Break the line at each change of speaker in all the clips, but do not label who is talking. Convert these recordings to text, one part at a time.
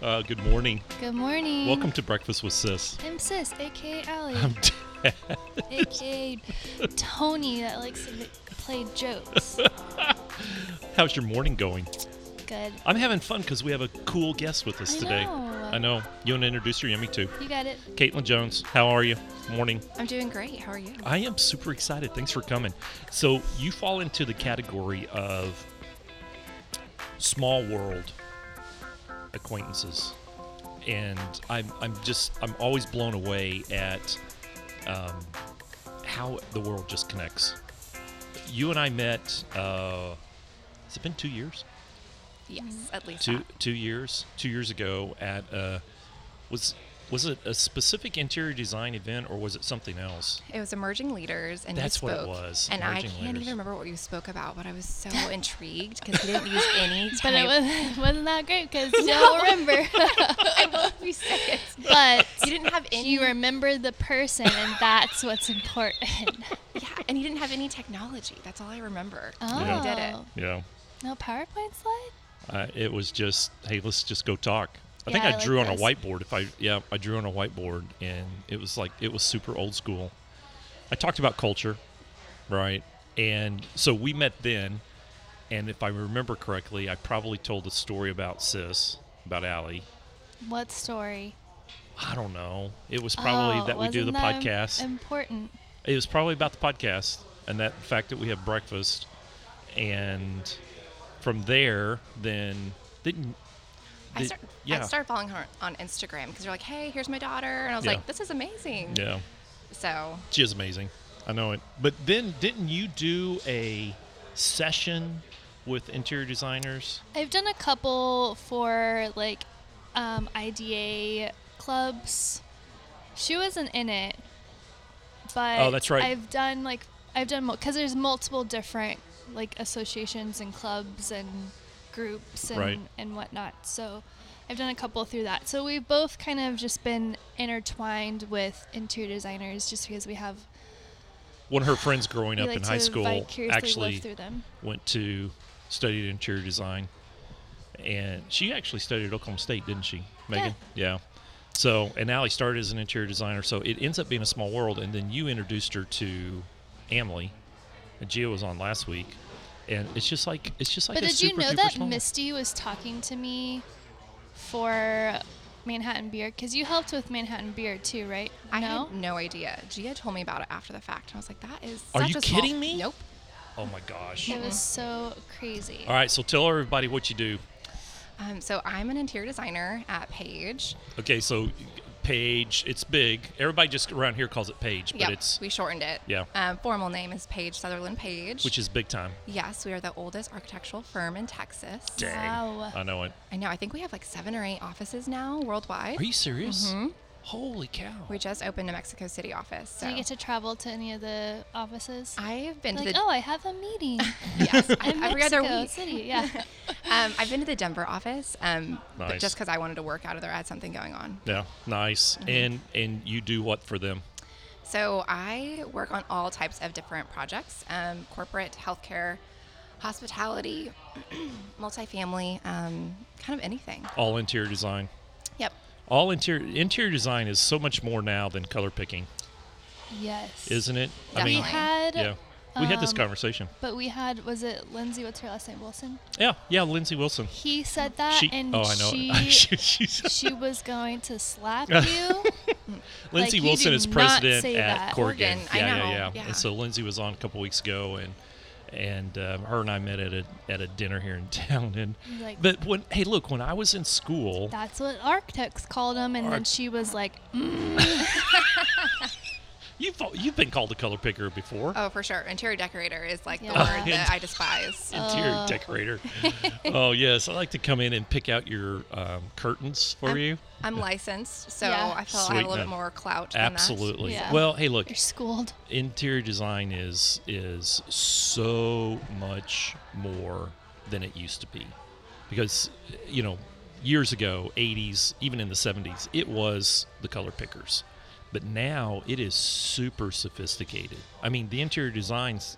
Uh, good morning.
Good morning.
Welcome to Breakfast with Sis.
I'm Sis, aka Allie,
I'm t-
aka Tony that likes to play jokes.
How's your morning going?
Good.
I'm having fun because we have a cool guest with us
I
today.
know.
I know. You want to introduce her? Yeah, me too.
You got it.
Caitlin Jones, how are you? Morning.
I'm doing great. How are you?
I am super excited. Thanks for coming. So you fall into the category of small world acquaintances, and I'm I'm just I'm always blown away at um, how the world just connects. You and I met. Uh, has it been two years?
Yes, at least.
two
that.
two years two years ago at uh, was was it a specific interior design event or was it something else?
It was emerging leaders, and you
That's what it
spoke,
was,
And I
Emerging
can't
Leaders.
even remember what you spoke about, but I was so intrigued because you didn't use any type.
But it was, wasn't that great because you don't remember.
I love you said it.
but
You didn't have any.
you remember the person, and that's what's important.
yeah, and you didn't have any technology. That's all I remember.
Oh,
Yeah.
You did it.
Yeah,
no PowerPoint slide?
uh, it was just hey, let's just go talk. I
Yeah,
think
I
I,
like
drew on a
those.
whiteboard. If I yeah, I drew on a whiteboard, and it was like it was super old school. I talked about culture, right? And so we met then, and if I remember correctly, I probably told a story about Sis, about Allie.
What story?
I don't know. It was probably
Oh,
that we do
wasn't
the
that im-
podcast.
Important.
it was probably about the podcast and that fact that we have breakfast and from there then didn't
I,
did-
start,
yeah
I started following her on Instagram because you're like, hey, here's my daughter. And I was
Yeah.
like, this is amazing.
yeah
So,
she is amazing i know it but then didn't you do a session with interior designers
I've done a couple for like um, IDA clubs. She wasn't in it, but
Oh, that's right.
I've done like I've done because there's multiple different like associations and clubs and groups and
Right.
and whatnot. So I've done a couple through that. So we've both kind of just been intertwined with interior designers just because we have
one of her friends growing
we
up
like
in
to
high school
vicariously live
actually
through them.
went to studied interior design and she actually studied at oklahoma state didn't she megan yeah, so and now he started as an interior designer so it ends up being a small world and then you introduced her to amley and Gia was on last week and it's just like it's just like
but
a
did you
super
know
duper
that
small-
Misty was talking to me for Manhattan Beer? Because you helped with Manhattan Beer too, right?
I
no.
had no idea. Gia told me about it after the fact. And I was like, that is.
Are
such
you
a small-
kidding me?
Nope.
oh my gosh
It was so crazy.
all right so tell everybody what you do
Um, so, I'm an interior designer at Page.
okay so page it's big everybody just around here calls it page but
Yep,
it's
we shortened it.
Yeah.
Um, formal name is Page Sutherland Page.
which is big time
yes, we are the oldest architectural firm in Texas.
dang
Wow.
i know it
I know. I think we have like seven or eight offices now worldwide.
Are you serious? Holy cow!
we just opened a Mexico City office. So
Did you get to travel to any of the offices?
I've been
like,
to the
oh, I have a meeting
yes,
in
every other
Mexico
week.
City. Yeah.
Um, I've been to the Denver office, um, but
Nice.
just because I wanted to work out of there. I had something going on.
Yeah, nice. And and you do what for them?
So I work on all types of different projects: um, corporate, healthcare, hospitality, multifamily, um, kind of anything.
All interior design.
Yep.
All interior interior design is so much more now than color picking,
yes.
isn't it?
we
I
Definitely.
mean,
had.
yeah. We had this
um,
conversation.
But we had was it Lindsay? What's her last name? Wilson.
Yeah, yeah. Lindsay Wilson.
He said that,
She.
and
oh, I know. it.
she
She- she's-
she was going to slap you.
Lindsay
you
Wilson
did
is
not
president
say
at
that.
Corgan.
Corgan, I
yeah,
know,
yeah, yeah,
yeah.
And so Lindsay was on a couple weeks ago, and and um, her and I met at a at a dinner here in town. And
Like-
but when hey, look, when I was in school,
That's what architects called him, and then
Arch-
she was like,
you've you've been called a color picker before.
Oh, for sure. Interior decorator is like the
Yeah.
word that I despise.
interior decorator. oh yes, I like to come in and pick out your um, curtains for
I'm-
you.
I'm licensed, so
Yeah.
I feel I have a
Sweet.
little bit more clout. Than
Absolutely.
Yeah.
Well, hey, look,
"You're schooled."
interior design is is so much more than it used to be, because you know, years ago, 80s, even in the 70s, it was the color pickers, but now it is super sophisticated. I mean, the interior designs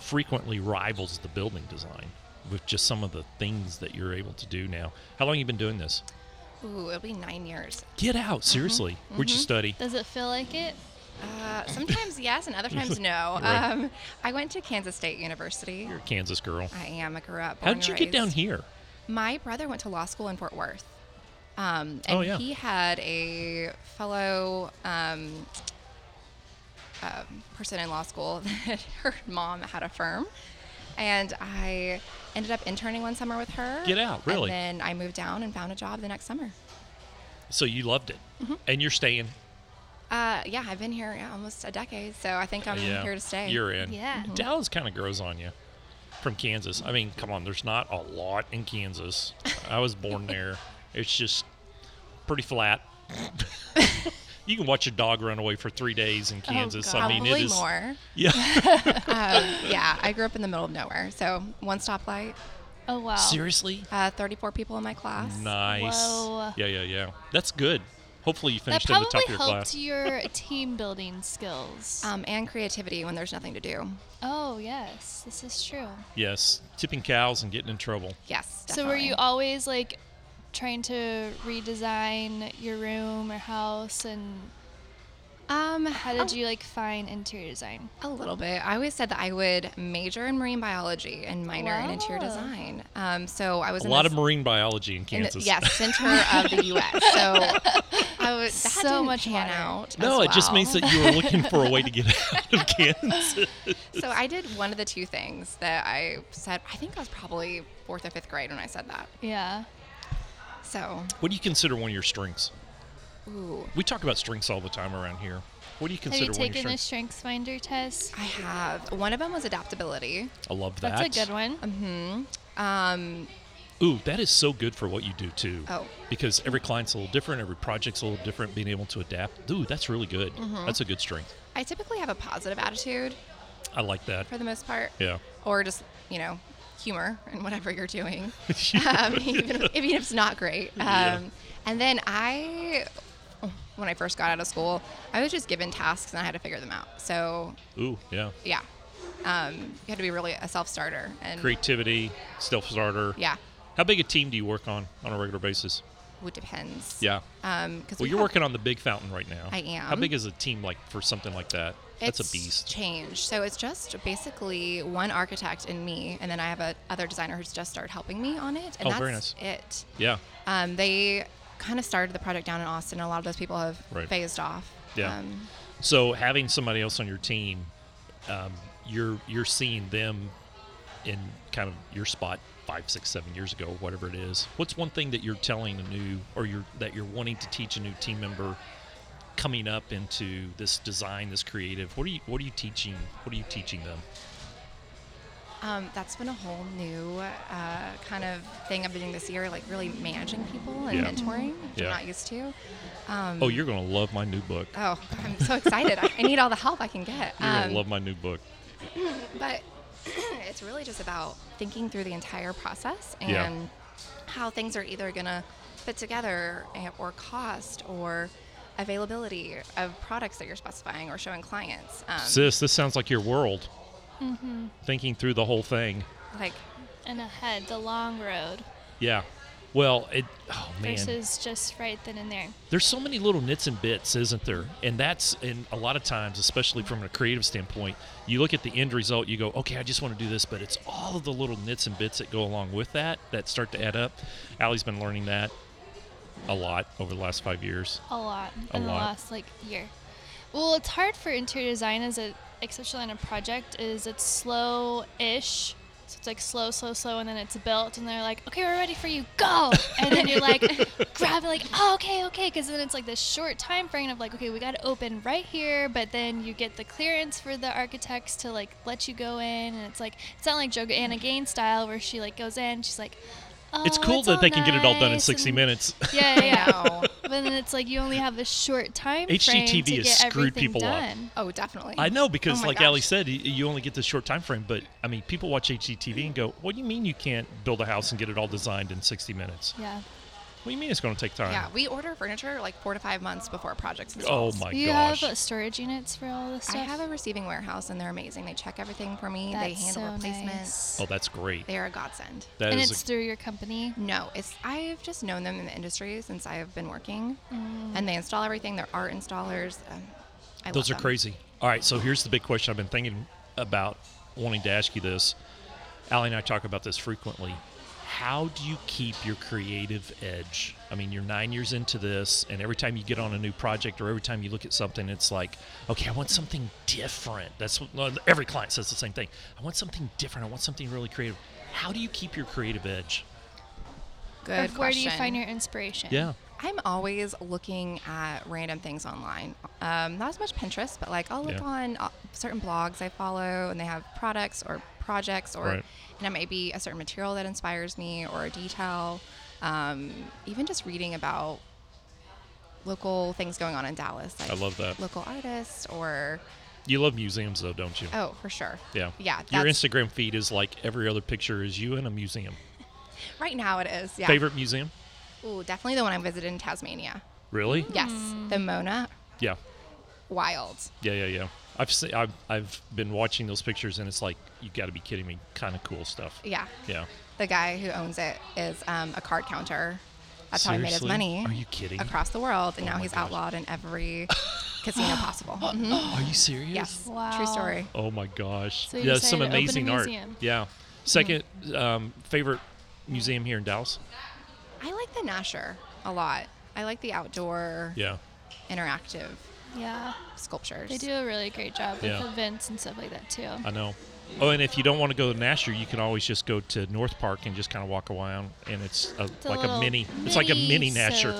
frequently rivals the building design with just some of the things that you're able to do now. How long you been doing this?
that. Ooh, it'll be nine years.
Get out, seriously. Where'd you study?
Does it feel like it?
Uh, sometimes yes, and other times no.
Right.
Um, I went to Kansas State University.
You're a Kansas girl.
I am. I grew up.
How
born
did you
and
get down
raised.
here?
My brother went to law school in Fort Worth. Um, and
Oh, yeah.
he had a fellow um, um, person in law school that her mom had a firm. And I ended up interning one summer with her.
Get out, really?
And then I moved down and found a job the next summer.
So you loved it,
Mm-hmm.
and you're staying.
Uh, yeah, I've been here yeah, almost a decade, so I think I'm
yeah,
here to stay. Mm-hmm.
You're in.
Yeah. Mhm.
Dallas kind of grows on you from Kansas. I mean, come on, there's not a lot in Kansas. I was born there. It's just pretty flat. you can watch a dog run away for three days in Kansas. I
God.
mean, it
Oh, Probably
is.
more.
Yeah.
um, yeah, I grew up in the middle of nowhere, so one stoplight,
Oh wow.
Seriously.
uh, 34 people in my class.
Nice.
Whoa.
Yeah, yeah, yeah. That's good. Hopefully you
That
finished in the
probably
top of your
helped
class.
your team building skills.
Um, and creativity when there's nothing to do.
oh yes, this is true.
Yes. Tipping cows and getting in trouble.
Yes.
So were you
definitely.
always like trying to redesign your room or house and
Um,
how did you like find interior design?
A little bit. I always said that I would major in marine biology and minor in interior
Wow.
design. Um, so I was
A
in
lot
this-
of marine biology in
in the-
Kansas.
yes, center of the U.S. So I was, that
So
didn't
much
pan
water.
out.
No,
as
it just
well.
means that you were looking for a way to get out of Kansas.
So I did one of the two things that I said. I think I was probably fourth or fifth grade when I said that.
Yeah.
So,
What do you consider one of your strengths?
ooh,
We talk about strengths all the time around here. What do you
Have you
consider one of
taken
your
the
strengths?
strengths finder test?
I have one of them was adaptability.
I love that.
That's a good one.
Um,
Ooh, that is so good for what you do too.
Oh.
Because every client's a little different, every project's a little different. Being able to adapt, dude, that's really good.
Mm-hmm.
That's a good strength.
I typically have a positive attitude
I like that.
for the most part.
Yeah.
or just you know humor in whatever you're doing um, even, if, even if it's not great um,
Yeah.
and then i when i first got out of school i was just given tasks and i had to figure them out so
Ooh, yeah.
yeah um, you had to be really a self-starter and
Creativity, self starter.
yeah
How big a team do you work on on a regular basis?
it depends
Yeah.
um, cause
Well,
we
you're
have-
working on the big fountain right now.
I am.
How big is a team like for something like that? That's a
it's
beast.
changed so it's just basically one architect and me and then i have a other designer who's just started helping me on it and
Oh,
that's
very
it
Yeah.
Um, they kind of started the project down in Austin. and A lot of those people have
Right.
phased off.
Yeah.
Um,
So having somebody else on your team, um, you're you're seeing them in kind of your spot five, six, seven years ago, whatever it is. What's one thing that you're telling a new or you're that you're wanting to teach a new team member coming up into this design, this creative? What are you what are you teaching? What are you teaching them?
um, that's been a whole new uh, kind of thing I've been doing this year, like really managing people and
Yeah.
mentoring, which
Yeah.
I'm not used to. Um,
Oh, you're gonna love my new book.
Oh, I'm so excited. I I need all the help I can get.
You're
Um,
gonna love my new book.
but it's really just about thinking through the entire process and
Yeah.
how things are either going to fit together and- or cost or availability of products that you're specifying or showing clients. Um, Mm-hmm.
Sis, this sounds like your world. Thinking through the whole thing.
like,
And ahead, the long road
Yeah. Well, it. Oh man.
versus just right then and there.
there's so many little nits and bits, isn't there? And that's and a lot of times, especially from a creative standpoint, you look at the end result, you go, okay, I just want to do this, but it's all of the little nits and bits that go along with that that start to add up. Allie's been learning that a lot over the last five years.
A lot
A
in
lot.
the last like year. Well, it's hard for interior design as a especially on a project is it's slow-ish. So it's like slow, slow, slow, and then it's built, and they're like, "Okay, we're ready for you, go!" And then you're like, grabbing, like, oh, "Okay, okay," because then it's like this short time frame of like, "Okay, we got to open right here," but then you get the clearance for the architects to like let you go in, and it's like it's not like Joanna Gaines style where she like goes in, she's like, oh,
Mm. it's cool that
all
they can get it all done in
nice,"
60
and-
minutes.
Yeah, yeah, yeah.
no.
But then it's like you only have this short time frame
HGTV
to
has
get
screwed
everything
people up.
done.
Oh, definitely.
I know because,
Oh my
like Ali
gosh.
said, y- you only get this short time frame. But I mean, people watch HGTV and go, "What do you mean you can't build a house and get it all designed in 60 minutes?"
Yeah.
What do you mean it's going to take time?
Yeah, we order furniture like four to five months before a project's
oh
installed.
my
you
gosh.
have uh, storage units for all this
I
stuff.
have a receiving warehouse and they're amazing. They check everything for me. they
That's
handle
so
replacements.
nice.
oh, that's great.
They are a godsend.
That
and
is
it's
a-
through your company.
No, it's I've just known them in the industry since I've been working,
Mm.
and they install everything. There are installers. Um, I love
Those are
them.
crazy. All right, so here's the big question I've been thinking about wanting to ask you this. Allie and I talk about this frequently. How do you keep your creative edge? I mean, you're nine years into this, and every time you get on a new project or every time you look at something, it's like, okay, I want something different. That's what no, every client says the same thing. I want something different. I want something really creative. How do you keep your creative edge?
Good
Or where do you
question.
find your inspiration?
Yeah.
I'm always looking at random things online. Um, not as much Pinterest, but like I'll look
Yeah.
on uh, certain blogs I follow, and they have products or projects, or
Right.
and it might be a certain material that inspires me, or a detail. Um, even just reading about local things going on in Dallas. Like
I love that.
Local artists, or
You love museums, though, don't you?
oh, for sure.
yeah.
Yeah.
Your
that's-
Instagram feed is like every other picture is you in a museum.
Right now it is. Yeah.
Favorite museum?
Ooh, definitely the one I visited in Tasmania.
Really?
Yes, the Mona.
Yeah,
Wild.
yeah, yeah, yeah. I've seen, I've, I've been watching those pictures, and it's like you got to be kidding me. Kind of cool stuff.
Yeah.
Yeah.
The guy who owns it is um, a card counter. That's how he made his
Seriously?
money.
Are you kidding?
Across the world, and
Oh
now
my
he's
gosh.
outlawed in every casino possible. Mhm.
Are you serious?
Yes.
Wow.
True story.
Oh my gosh.
So you
yeah, some
decided to open a
amazing art.
museum.
Yeah. 2nd um, favorite museum here in Dallas.
I like the Nasher a lot. I like the outdoor
Yeah.
interactive
Yeah.
sculptures.
They do a really great job
Yeah.
with events and stuff like that too.
I know. Oh, and if you don't want to go to Nasher, you can always just go to North Park and just kind of walk around, and it's, a,
It's
like a
little
mini. It's like a mini Nasher.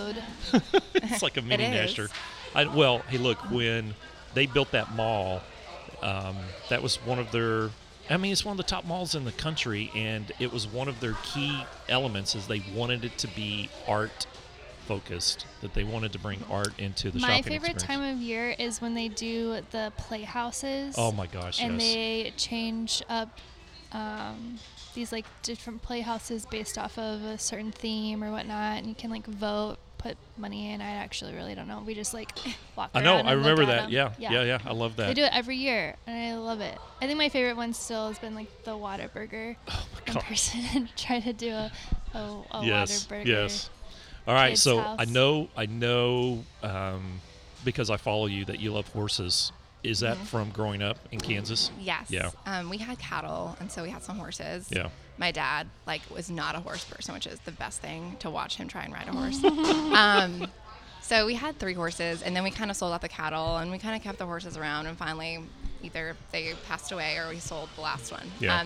mini-sode.
it's like a mini
is.
Nasher. I, well, hey, look, when they built that mall, um, that was one of their. I mean, it's one of the top malls in the country, and it was one of their key elements is they wanted it to be art focused. That they wanted to bring art into the
My
shopping
favorite
experience.
time of year is when they do the playhouses.
oh my gosh!
and
yes.
they change up um, these like different playhouses based off of a certain theme or whatnot, and you can like vote, put money in. I actually really don't know. We just like walk.
I know.
around
I
and look
remember
at
that.
'em.
Yeah, yeah. Yeah. I love that.
They do it every year, and I love it. I think my favorite one still has been like the Waterburger
Oh my
in
God.
person and try to do a, a, a
yes.
Waterburger.
Yes. All right.
kid's
So I
house.
know. I know um, because I follow you that you love horses. Is that from growing up in Kansas?
Mm-hmm. Yes.
Yeah.
Um, we had cattle, and so we had some horses.
Yeah.
My dad like was not a horse person, which is the best thing to watch him try and ride a horse. um, so we had three horses, and then we kind of sold out the cattle, and we kind of kept the horses around, and finally, either they passed away or we sold the last one. Um,
Yeah.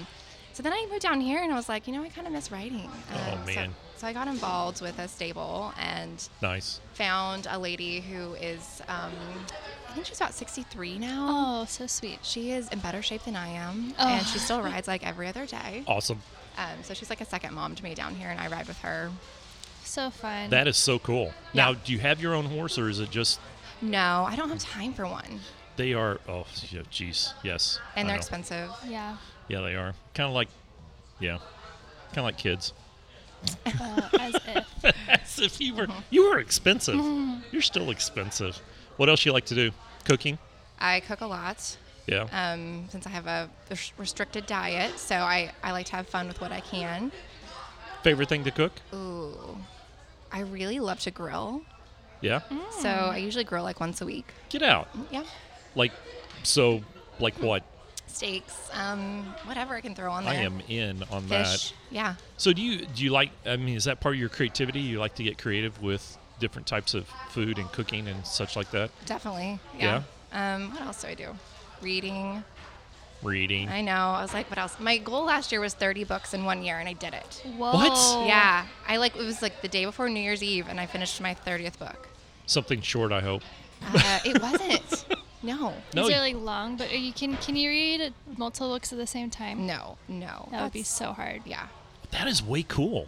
so then I moved down here, and I was like, you know, I kind of miss riding. Um,
Oh,
so-
man.
so I got involved with a stable, and
Nice.
found a lady who is, um, I think she's about 63 now.
Oh, so sweet.
She is in better shape than I am,
Oh.
and she still rides like every other day.
Awesome.
Um, so she's like a second mom to me down here, and I ride with her.
So fun.
That is so cool.
Yeah.
Now, do you have your own horse, or is it just
No, I don't have time for one,
they are? Oh, yeah, jeez, yes. I
and they're
know.
expensive.
yeah.
Yeah, they are. Kind of like, yeah, kind of like kids.
Uh, as if.
As if you were
Mm-hmm.
you were expensive. You're still expensive. What else you like to do? Cooking.
I cook a lot
Yeah.
um, since I have a res- restricted diet, so I, I like to have fun with what I can.
Favorite thing to cook?
Ooh, I really love to grill,
Yeah.
so
Hmm.
I usually grill like once a week.
Get out.
Yeah,
Like, so, like what?
steaks, um, whatever I can throw on there.
I am in on
fish.
that.
Yeah,
So do you do you like? I mean, is that part of your creativity? You like to get creative with different types of food and cooking and such like that.
definitely. Yeah. Um, what else do I do? Reading.
Reading.
I know. I was like, what else? My goal last year was 30 books in one year, and I did it.
Whoa.
Yeah. I like, it was like the day before New Year's Eve, and I finished my 30th book.
Something short, I hope.
Uh, it wasn't. No.
No,
These
you-
are like long, but uh, you can can you read multiple books at the same time?
No. No.
that would be
That's-
so hard.
Yeah.
That is way cool.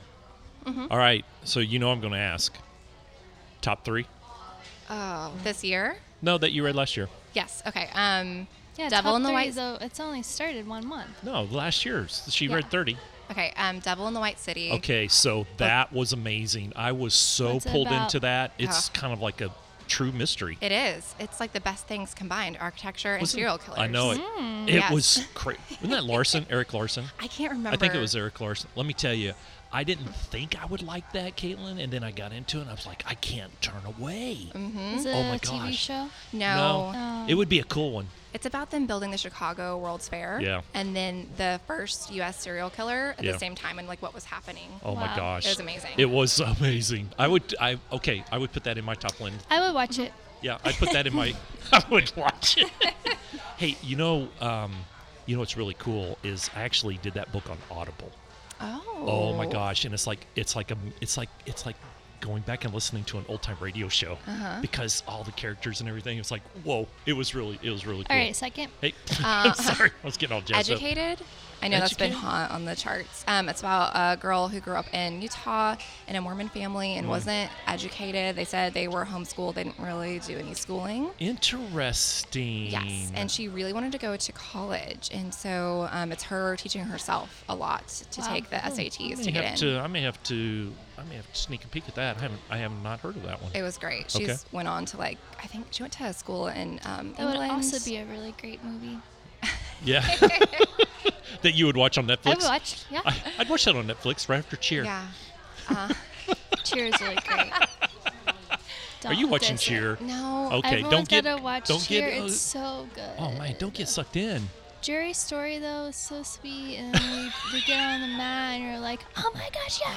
All right, so you know I'm going to ask. Top three?
Oh. This year?
No, that you read last year.
Yes. Okay. Um,
Yeah,
Devil
top
in the
three,
White.
Though it's only started one month.
No, last year she
Yeah.
read 30.
Okay, um, Devil in the White City.
Okay, so that was amazing. I was so
What's it
pulled
about?
into that. It's
Oh.
kind of like a true mystery.
It is. It's like the best things combined: architecture and
Wasn't-
serial killers. Mm,
I know it. It
Yes.
was crazy. Wasn't that Larson? Eric Larson?
I can't remember.
I think it was Eric Larson. Let me tell you, I didn't think I would like that, Caitlin, and then I got into it and I was like, I can't turn away.
Hmm?
Is it
Oh
a
my
TV
gosh.
show?
No.
Oh.
It would be a cool one.
It's about them building the Chicago World's Fair.
Yeah.
And then the first U.S. serial killer at
Yeah.
the same time, and like what was happening.
Oh my
Wow.
gosh.
It was amazing.
It was amazing. I would I okay, I would put that in my top one.
I would
Hmm?
watch it.
Yeah, I'd put that in my I would watch it. hey, you know, um, you know what's really cool is I actually did that book on Audible.
Oh.
Oh my gosh! And it's like it's like a it's like it's like going back and listening to an old time radio show
Uh-huh.
because all the characters and everything. It's like whoa! It was really it was really cool.
All right, second.
Hey,
Uh,
I'm sorry, I was getting all jazzed up.
Educated. I know that's been
Educated?
hot on the charts. Um, it's about a girl who grew up in Utah in a Mormon family
Mm.
and wasn't educated. They said they were homeschooled. They didn't really do any schooling.
Interesting.
Yes, and she really wanted to go to college, and so um, it's her teaching herself a lot to
Wow.
take the SATs
I
to
may
get
have
in.
to. I may have to. I may have to sneak a peek at that. I haven't. I have not heard of that one.
It was great.
Okay.
She went on to like I think she went to a school in um,
That would
England.
also be a really great movie.
Yeah. that you would watch on
I
Netflix.
would watch. Yeah,
I, would watch that on Netflix right after Cheer.
yeah.
Cheers really great.
Are you
Don't
watching
diss it.
Cheer?
No.
Okay,
Everyone's
don't get-
gotta watch
don't
Cheer.
get-
it's so good.
Oh man, don't get sucked in.
Jerry's story though is so sweet, and we, we get on the mat, and you're like, oh my gosh, yeah.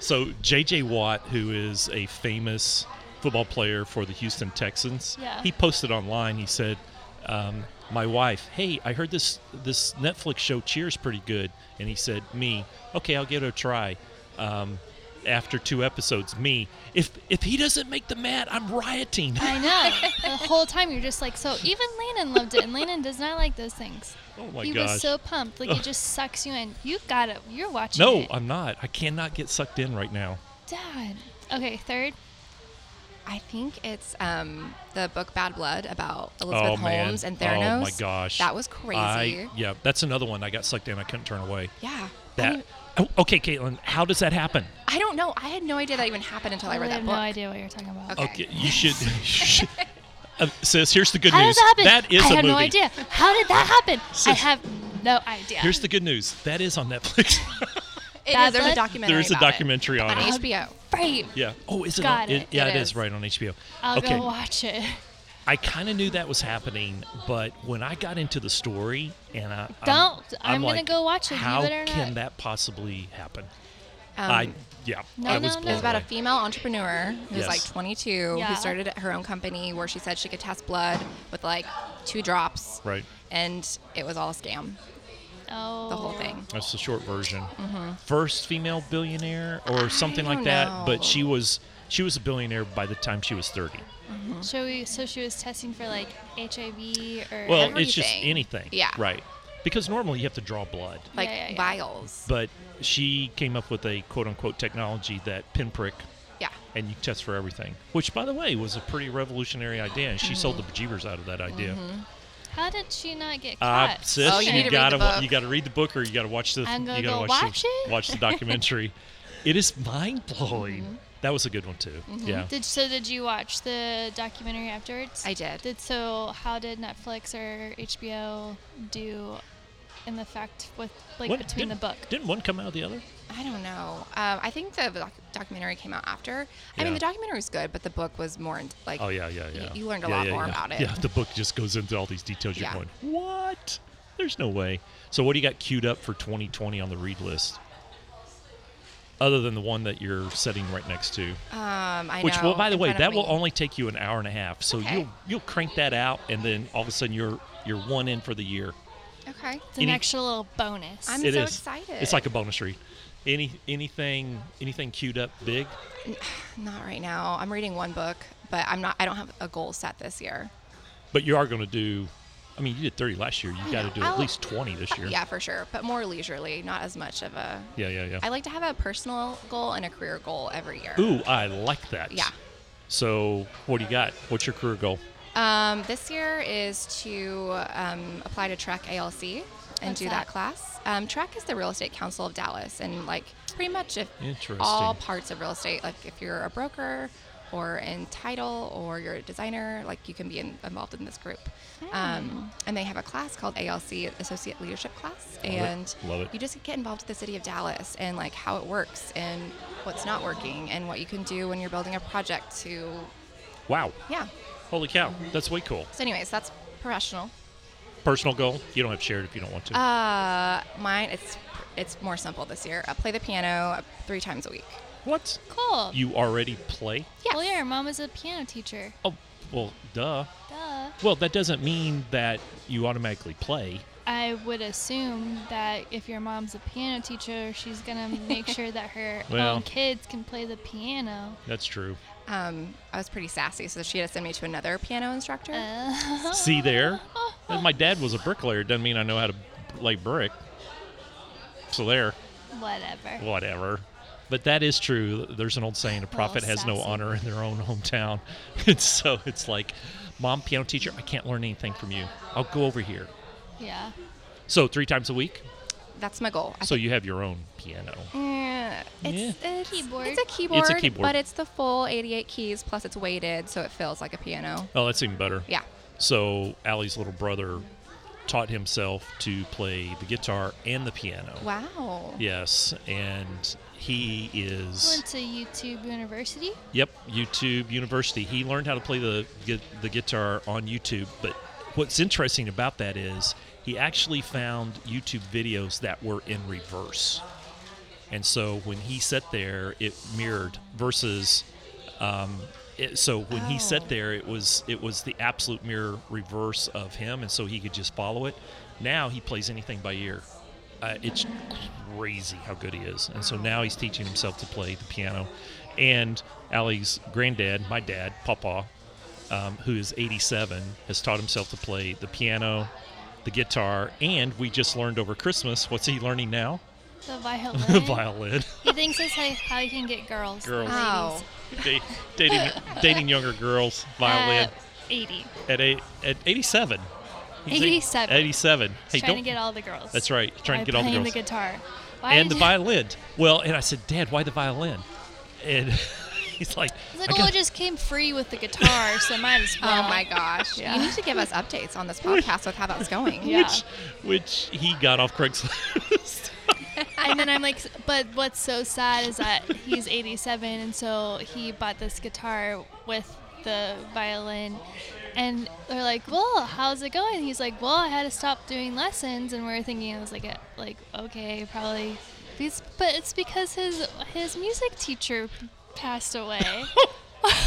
So J.J. Watt, who is a famous football player for the Houston Texans,
Yeah.
he posted online. He said, um, "My wife, hey, I heard this this Netflix show Cheers pretty good," and he said, "Me, okay, I'll give it a try." Um, after two episodes, me, if if he doesn't make the mat, I'm rioting.
I know. the whole time you're just like, so even Landon loved it, and Landon does not like those things.
oh my
he
gosh!
was so pumped, like it just sucks you in. You got it. You're watching.
no,
it.
I'm not. I cannot get sucked in right now.
Dad. Okay, third.
I think it's um, the book Bad Blood about Elizabeth
oh man!
Holmes and
oh
Theranos.
my gosh!
That was crazy.
I, yeah, that's another one I got sucked in. I couldn't turn away.
yeah. I,
That
mean,
oh, okay, Caitlin. How does that happen?
I don't know. I had no idea that even happened until I, read
really
that
have
book.
no idea what you're talking about.
Okay.
Okay, you should. you should- uh, sis, here's the good
How
news.
did that happen?
That is
I
a
have
movie.
no idea. How did that happen? I
Sis.
have no idea.
Here's the good news. That is on Netflix.
It
Bad
is, there's
Blood?
a documentary.
There's a
about it
documentary on it.
on HBO.
right.
Yeah. Oh, is it?
Got
on,
it.
Yeah,
It
it is.
is.
right on HBO.
I'll
okay.
go watch it.
I kind of knew that was happening, but when I got into the story and I I'm-
Don't. I'm gonna
like,
go watch it. You
How
better
can
not."
that possibly happen?
Um,
I yeah.
No,
I
no,
was
no.
blown
It was about a
away.
female entrepreneur who was
Yes.
like 22
Yeah.
who started her own company where she said she could test blood with like two drops.
Right.
And it was all a scam,
Oh.
the whole thing.
That's the short version. First female billionaire or something like
don't
that.
know.
But she was she was a billionaire by the time she was thirty.
Mm-hmm.
So Oh. we. So she was testing for like HIV or.
Well, it's just
Everything.
anything.
Yeah.
Right. Because normally you have to draw blood.
Like
Yeah, yeah, yeah.
vials.
But she came up with a quote unquote technology that pinprick
Yeah.
and you test for everything. Which by the way was a pretty revolutionary idea and she sold the bejeebers out of that idea.
How did she not get
Uh,
caught?
sis,
Mm-hmm. Oh, you
you,
need to read the
gotta wa-
book.
you gotta read the book or you gotta watch the
I'm gonna
you gotta
go
watch,
watch
the,
it.
watch the documentary. it is mind blowing.
Mm-hmm.
That was a good one too. Yeah.
Did so? Did you watch the documentary afterwards?
I did.
Did so? How did Netflix or HBO do in the fact with like
What-
between the
didn't-
book?
Didn't one come out of the other?
I don't know. Um, I think the doc- documentary came out after. I
Yeah.
mean, the documentary was good, but the book was more in, like.
Oh yeah, yeah,
Y-
yeah.
you learned a
Yeah,
lot
yeah,
more
yeah.
about it.
Yeah, the book just goes into all these details. You're
Yeah.
going, what? There's no way. So what do you got queued up for 2020 on the read list? Other than the one that you're setting right next to,
Um, I
which
know,
well, by the
in
way,
front of
that will
me.
only take you an hour and a half. So
Okay.
you'll you'll crank that out, and then all of a sudden you're you're one in for the year.
Okay.
It's an
Any-
extra little bonus.
I'm-
It is.
so excited.
It's like a bonus read. Any anything anything queued up big?
Not right now. I'm reading one book, but I'm not. I don't have a goal set this year.
But you are going to do. I mean, you did 30 last year. You got to
know.
do at
I'll-
least 20 this year.
Yeah, for sure, but more leisurely, not as much of a.
yeah, yeah. yeah.
I like to have a personal goal and a career goal every year.
Ooh, I like that.
Yeah.
So, what do you got? What's your career goal?
Um, this year is to um, apply to Trek ALC and
What's
do
that?
that, class. Um, track is the Real Estate Council of Dallas, and like pretty much if all
Interesting.
parts of real estate, like if you're a broker or in title or you're a designer, like you can be in, involved in this group. Um, and they have a class called ALC Associate Leadership Class, and
Love it.
you just get involved with the city of Dallas and like how it works and what's not working and what you can do when you're building a project to,
Wow.
yeah.
Holy cow. That's way cool.
So, anyways, that's professional.
Personal goal? You don't have to share it if you don't want to.
Uh, mine it's it's more simple this year. I play the piano uh, three times a week.
what?
Cool.
You already play?
Yes.
Well, yeah, your mom is a piano teacher.
Oh, well, duh.
Duh.
Well, that doesn't mean that you automatically play.
I would assume that if your mom's a piano teacher, she's gonna make sure that her
Well.
own kids can play the piano.
That's true.
Um, I was pretty sassy, so she had to send me to another piano instructor.
Uh,
See there? And My dad was a bricklayer. Doesn't mean I know how to lay brick. So there.
whatever.
whatever. But that is true. There's an old saying: a prophet has no
sassy.
honor in their own hometown. and so it's like, mom, piano teacher, I can't learn anything from you. I'll go over here.
Yeah.
So three times a week.
That's my goal. I
So you have your own piano.
Mm, it's, it's,
Keyboard.
It's a
It's a
keyboard.
keyboard.
but it's the full 88 keys plus it's weighted, so it feels like a piano.
Oh, that's even better.
Yeah.
So Allie's little brother taught himself to play the guitar and the piano.
Wow.
Yes, and he is.
Went to YouTube University.
Yep, YouTube University. He learned how to play the gu- the guitar on YouTube. But what's interesting about that is he actually found YouTube videos that were in reverse, and so when he sat there, it mirrored versus. Um, it, so when he
Oh.
sat there, it was it was the absolute mirror reverse of him, and so he could just follow it. Now he plays anything by ear. Uh, it's crazy how good he is. And so now he's teaching himself to play the piano. And Ali's granddad, my dad, Papa, um, who is 87, has taught himself to play the piano, the guitar, and we just learned over Christmas. What's he learning now?
The violin.
The violin.
He thinks that's how, how you can get girls.
Girls.
ladies.
Wow.
Da- dating, dating younger girls, violin.
At 80.
at, eight, at 87. He's eight-
87.
87. Hey,
He's trying to
don't-
get all the girls.
That's right. Trying
by
to get all the
playing
girls.
the guitar. Why
and
did
the
you-
violin. Well, and I said, Dad, why the violin? And he's like,
He's like,
"I
well,
got-
it just came free with the guitar, so might as
Oh
well.
my gosh.
Yeah.
You need to give us updates on this podcast with how that's going.
Yeah.
which he got off Craigslist.
and then I'm like, "S- but what's so sad is that he's 87, and so he bought this guitar with the violin. And they're like, well, how's it going? He's like, well, I had to stop doing lessons, and we are thinking, I was like, eh, like okay, probably. He's, but it's because his his music teacher passed away.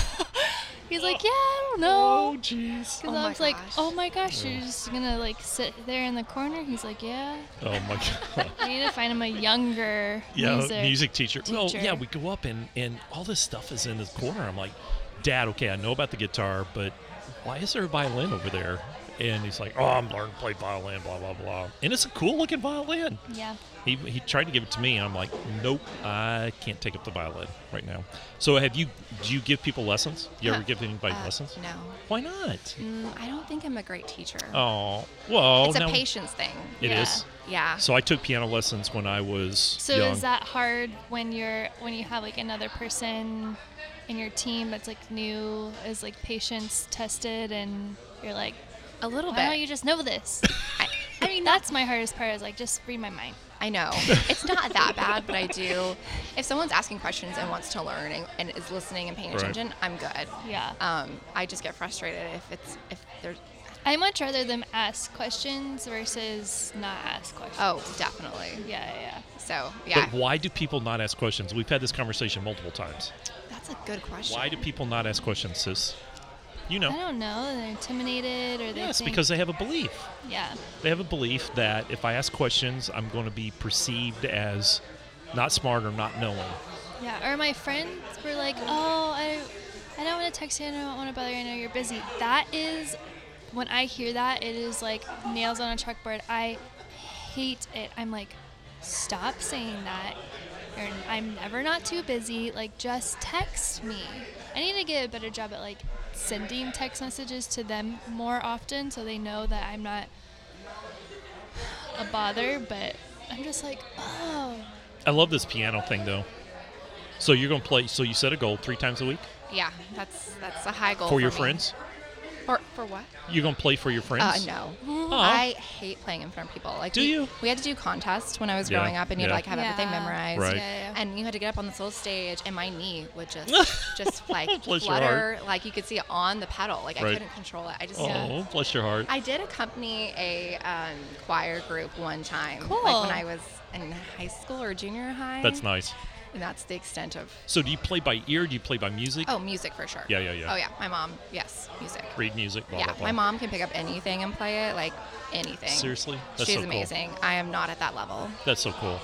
he's like, yeah, I don't know.
jeez.
Because
Oh
I
my
was like,
gosh.
oh my gosh, you're just gonna like sit there in the corner. He's like, yeah.
Oh my god.
I need to find him a younger
Yeah,
music.
music, teacher. Well,
teacher.
yeah, we go up and and all this stuff is in this corner. I'm like, Dad, okay, I know about the guitar, but why is there a violin over there? And he's like, Oh, I'm learning to play violin, blah blah blah. And it's a cool looking violin.
Yeah.
He, he tried to give it to me, and I'm like, nope, I can't take up the violin right now. So, have you? Do you give people lessons? You ever
Uh,
give anybody
Uh,
lessons?
No.
Why not?
Mm, I don't think I'm a great teacher.
Oh, well,
it's a
now-
patience thing.
It
Yeah.
is.
Yeah.
So I took piano lessons when I was
So
young.
is that hard when you're when you have like another person in your team that's like new is like patience tested and you're like
a little
why don't
bit.
you just know this?
I, I mean,
That's my hardest part is like just read my mind.
I know. It's not that bad, but I do. If someone's asking questions and wants to learn and, and is listening and paying
Right.
attention, I'm good.
Yeah.
Um, I just get frustrated if it's if there's
I much rather them ask questions versus not ask questions.
oh definitely
Yeah, yeah, yeah.
so yeah
But why do people not ask questions? We've had this conversation multiple times.
that's a good question.
Why do people not ask questions, sis? You know.
I don't know. They're intimidated or they
Oh. Yes,
think,
because they have a belief.
yeah.
They have a belief that if I ask questions, I'm going to be perceived as not smart or not knowing.
Yeah, or my friends were like, "Oh, I, I don't want to text you. I don't want to bother you. I know you're busy." That is, when I hear that, it is like nails on a chalkboard. I hate it. I'm like, stop saying that. You're, I'm never not too busy. Like, just text me. I need to get a better job at like sending text messages to them more often, so they know that I'm not a bother, but I'm just like, oh,
I love this piano thing though. So you're gonna play. So you set a goal three times a week
Yeah, that's that's a high goal
for, your
me.
friends.
For for what?
You're gonna play for your
Uh,
friends.
no.
Oh.
I hate playing in front of people. Like
Do
we,
you?
We had to do contests when I was
Yeah,
growing up, and you'd
yeah.
like have everything
Yeah.
memorized.
Right.
Yeah, yeah.
And you had to get up on this little stage, and my knee would just just like
Bless your
flutter. Like you could see it on the pedal. Like I
Right.
couldn't control it. I just.
oh, bless your heart.
I did accompany a um, choir group one time, like
Cool.
when I was in high school or junior high.
That's nice.
And that's the extent of
So do you play by ear? Do you play by music?
oh, music for sure.
Yeah, yeah, yeah.
Oh yeah, my mom. Yes, music.
Read music. Blah,
yeah,
blah, blah.
my mom can pick up anything and play it, like anything.
Seriously, that's
She's
so cool.
amazing. I am not at that level.
That's so cool.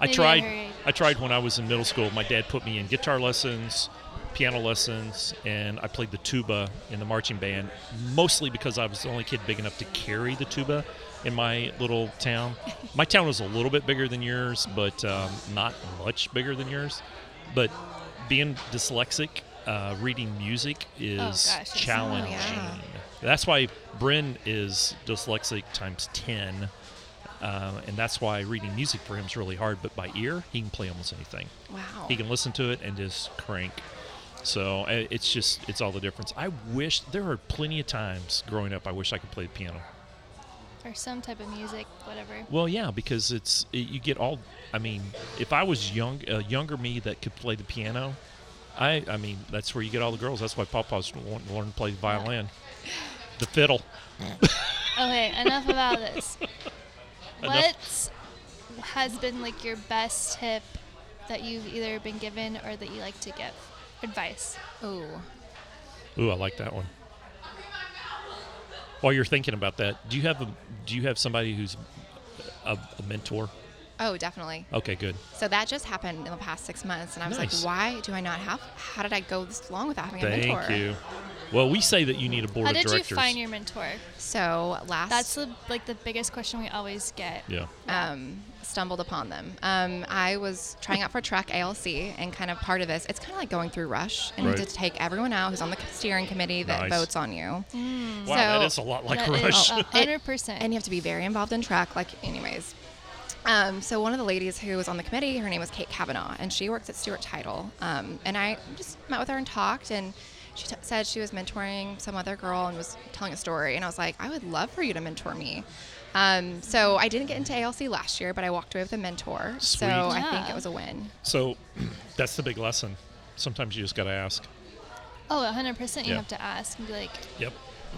I
Maybe I
tried.
heard-
I tried when I was in middle school. My dad put me in guitar lessons, piano lessons, and I played the tuba in the marching band. Mostly because I was the only kid big enough to carry the tuba in my little town. My town was a little bit bigger than yours, but um, not much bigger than yours. But being dyslexic, uh, reading music is
gosh, it's- oh, yeah.
challenging. That's why Bryn is dyslexic times ten. Um, and that's why reading music for him is really hard. But by ear, he can play almost anything.
Wow.
He can listen to it and just crank. So I- it's just it's all the difference. I wish there are plenty of times growing up I wish I could play the piano.
or some type of music, whatever.
Well, yeah, because it's it, you get all. I mean, if I was young, uh, younger me that could play the piano, I I mean that's where you get all the girls. That's why Papa's wanting to learn to play the violin, the fiddle.
Okay, enough about this. What has been like your best tip that you've either been given or that you like to give? Advice.
Ooh.
Ooh, I like that one. While you're thinking about that, do you have a do you have somebody who's a, a mentor?
Oh, definitely.
Okay, good.
So that just happened in the past six months, and I was
Nice.
like, why do I not have? How did I go this long without having a mentor?
Thank you. Well, we say that you need a board
How
of
did
directors.
you find your mentor?
So last
That's the, like the biggest question we always get.
yeah.
um, stumbled upon them. Um, I was trying out for track ALC, and kind of part of this, it's kind of like going through Rush, and
Right.
you just take everyone out who's on the steering committee that
Nice.
votes on you.
Wow, that
So-
is a lot like
Mm, That is
Rush.
a hundred percent.
And you have to be very involved in track, like, anyways. Um, so one of the ladies who was on the committee, her name was Kate Kavanaugh, and she works at Stewart Title. Um, and I just met with her and talked, and she t- said she was mentoring some other girl and was telling a story. And I was like, I would love for you to mentor me. Um, so I didn't get into ALC last year, but I walked away with a mentor. So
Sweet.
I
Yeah.
think it was a win.
so that's the big lesson. Sometimes you just got to ask.
oh, a hundred percent. You
Yeah.
have to ask and be like,
Yep.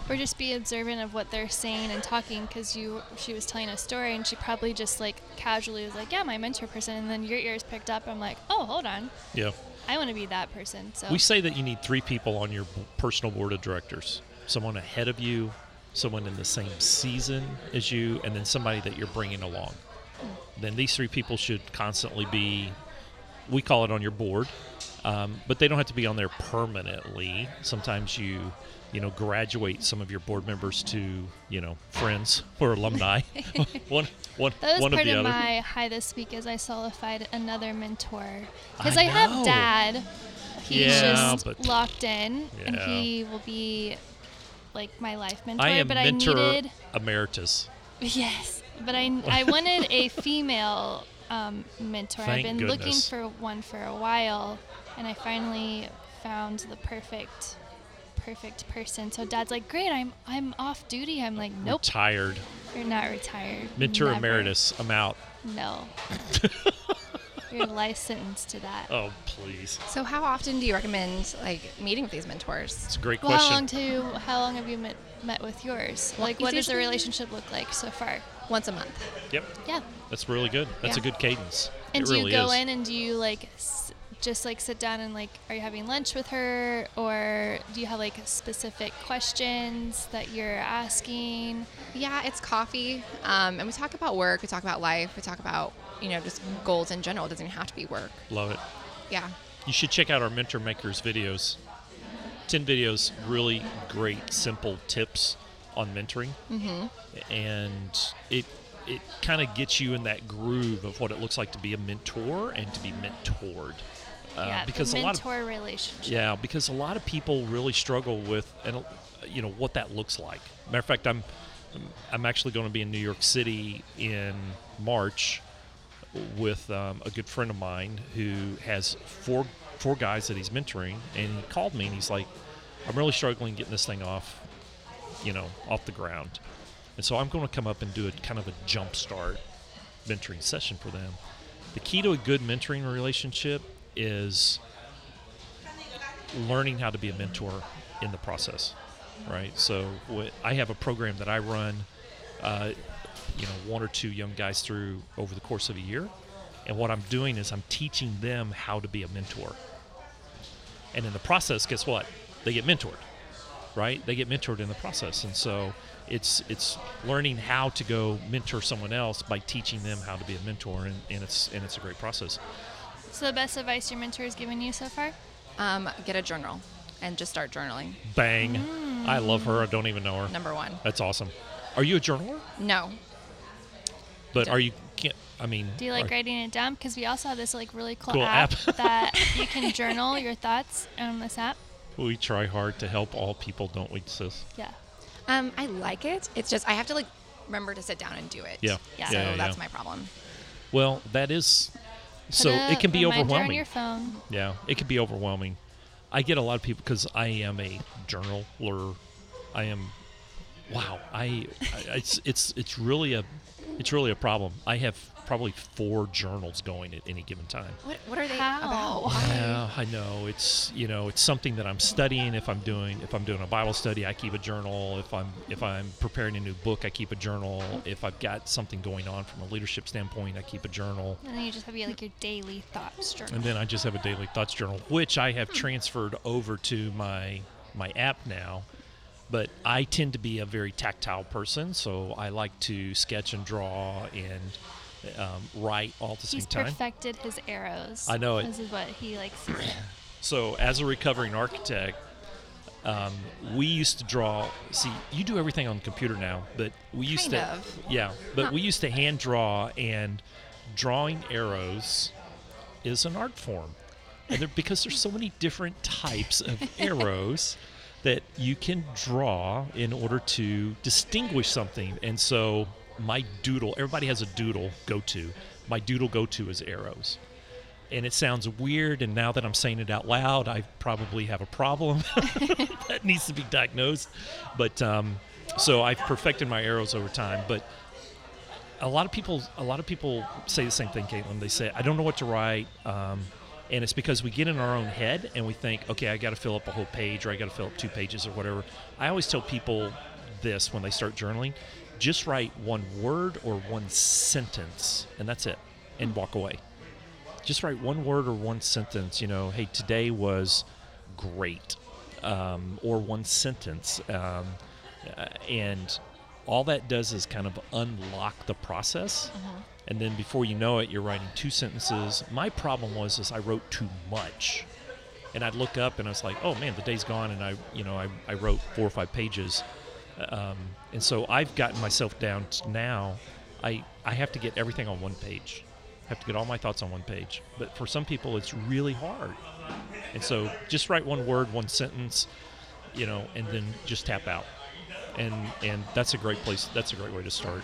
or just be observant of what they're saying and talking because you she was telling a story and she probably just like casually was like, yeah, my mentor person, and then your ears picked up. I'm like, oh, hold on,
Yeah.
I want to be that person. So
We say that you need three people on your b- personal board of directors someone ahead of you, someone in the same season as you, and then somebody that you're bringing along. Then these three people should constantly be, we call it on your board, um, but they don't have to be on there permanently. Sometimes you, you know, graduate some of your board members to, you know, friends or alumni. one, one,
That was
one
part
of the
of,
other.
my high this week is I solidified another mentor because
I
I,
know.
have dad. He's
Yeah,
just
but-
locked in, and
Yeah.
he will be like my life mentor.
I am
but
mentor
I needed
emeritus.
yes, but I I wanted a female um, mentor.
Thank
I've been
goodness.
looking for one for a while, and I finally found the perfect perfect person. So dad's like, "Great, I'm I'm off duty." I'm like,
Nope.
"Nope,
Retired.
you're not retired."
Mentor
Never."
emeritus. I'm out.
No. You're licensed to that.
Oh, please.
So how often do you recommend like meeting with these mentors?
It's a great
well, how long
question.
to how long have you met, met with yours? Like, what does the
usually-
relationship look like so far?
Once a month.
Yep.
Yeah.
That's really good. That's
Yeah.
a good cadence.
And
it
do
really
you go
is.
in and do you like s- just like sit down and like are you having lunch with her or do you have like specific questions that you're asking?
Yeah, it's coffee, um, and we talk about work. We talk about life. We talk about you know just goals in general. It doesn't even have to be work.
Love it.
Yeah.
You should check out our Mentor Makers videos. 10 videos, really great, simple tips on mentoring. Mm-hmm. And it it kind of gets you in that groove of what it looks like to be a mentor and to be mentored. Uh,
yeah,
because
the
a lot of
mentor relationship.
Yeah, because a lot of people really struggle with and uh, you know what that looks like. Matter of fact, I'm I'm actually going to be in New York City in March with um, a good friend of mine who has four four guys that he's mentoring, and he called me and he's like, "I'm really struggling getting this thing off, you know, off the ground," and so I'm going to come up and do a kind of a jump start mentoring session for them. The key to a good mentoring relationship is learning how to be a mentor in the process, right? So what, I have a program that I run, uh, you know, one or two young guys through over the course of a year, and what I'm doing is I'm teaching them how to be a mentor. And in the process, guess what? They get mentored, right? They get mentored in the process, and so it's it's learning how to go mentor someone else by teaching them how to be a mentor, and, and it's and it's a great process.
So the best advice your mentor has given you so far?
Um, get a journal and just start journaling.
Bang! I love her. I don't even know her.
Number one.
That's awesome. Are you a journaler?
No.
But are you? Can't, I mean,
Do you like
are-
writing it down? Because we also have this like really cool,
Cool
app,
app.
that you can journal your thoughts on this app.
We try hard to help all people, don't we, sis?
Yeah.
Um, I like it. It's just I have to like remember to sit down and do it.
Yeah.
Yeah.
So
Yeah,
yeah,
that's
yeah.
my problem.
Well, that is.
Put
So
a
it can be
reminder
overwhelming.
on your phone.
Yeah, it can be overwhelming. I get a lot of people because I am a journaler. I am. Wow, I, I it's it's it's really a it's really a problem. I have probably four journals going at any given time.
What What are they
How?
about?
Yeah, I know. It's you know, it's something that I'm studying. If I'm doing if I'm doing a Bible study, I keep a journal. If I'm if I'm preparing a new book, I keep a journal. If I've got something going on from a leadership standpoint, I keep a journal.
And then you just have your, like your daily thoughts journal.
And then I just have a daily thoughts journal, which I have transferred over to my my app now. But I tend to be a very tactile person, so I like to sketch and draw and um, write all at the same
He's
time.
perfected his arrows.
I know it.
This is what he likes. to do.
So, as a recovering architect, um, we used to draw. See, you do everything on the computer now, but we used
Kind
to,
of.
yeah, but we used to hand draw, and drawing arrows is an art form, and there, because there's so many different types of arrows that you can draw in order to distinguish something, and so my doodle. Everybody has a doodle go to. My doodle go to is arrows and it sounds weird and now that i'm saying it out loud i probably have a problem that needs to be diagnosed but um, so i've perfected my arrows over time but a lot of people a lot of people say the same thing caitlin they say i don't know what to write um, and it's because we get in our own head and we think okay i got to fill up a whole page or i got to fill up two pages or whatever i always tell people this when they start journaling just write one word or one sentence and that's it and walk away just write one word or one sentence. You know, hey, today was great, um, or one sentence, um, uh, and all that does is kind of unlock the process. And then before you know it, you're writing two sentences. My problem was is I wrote too much, and I'd look up and I was like, oh man, the day's gone, and I, you know, I, I wrote four or five pages. Um, and so I've gotten myself down to now. I I have to get everything on one page. Have to get all my thoughts on one page. But for some people, it's really hard. And so just write one word, one sentence, you know, and then just tap out. And and that's a great place. That's a great way to start.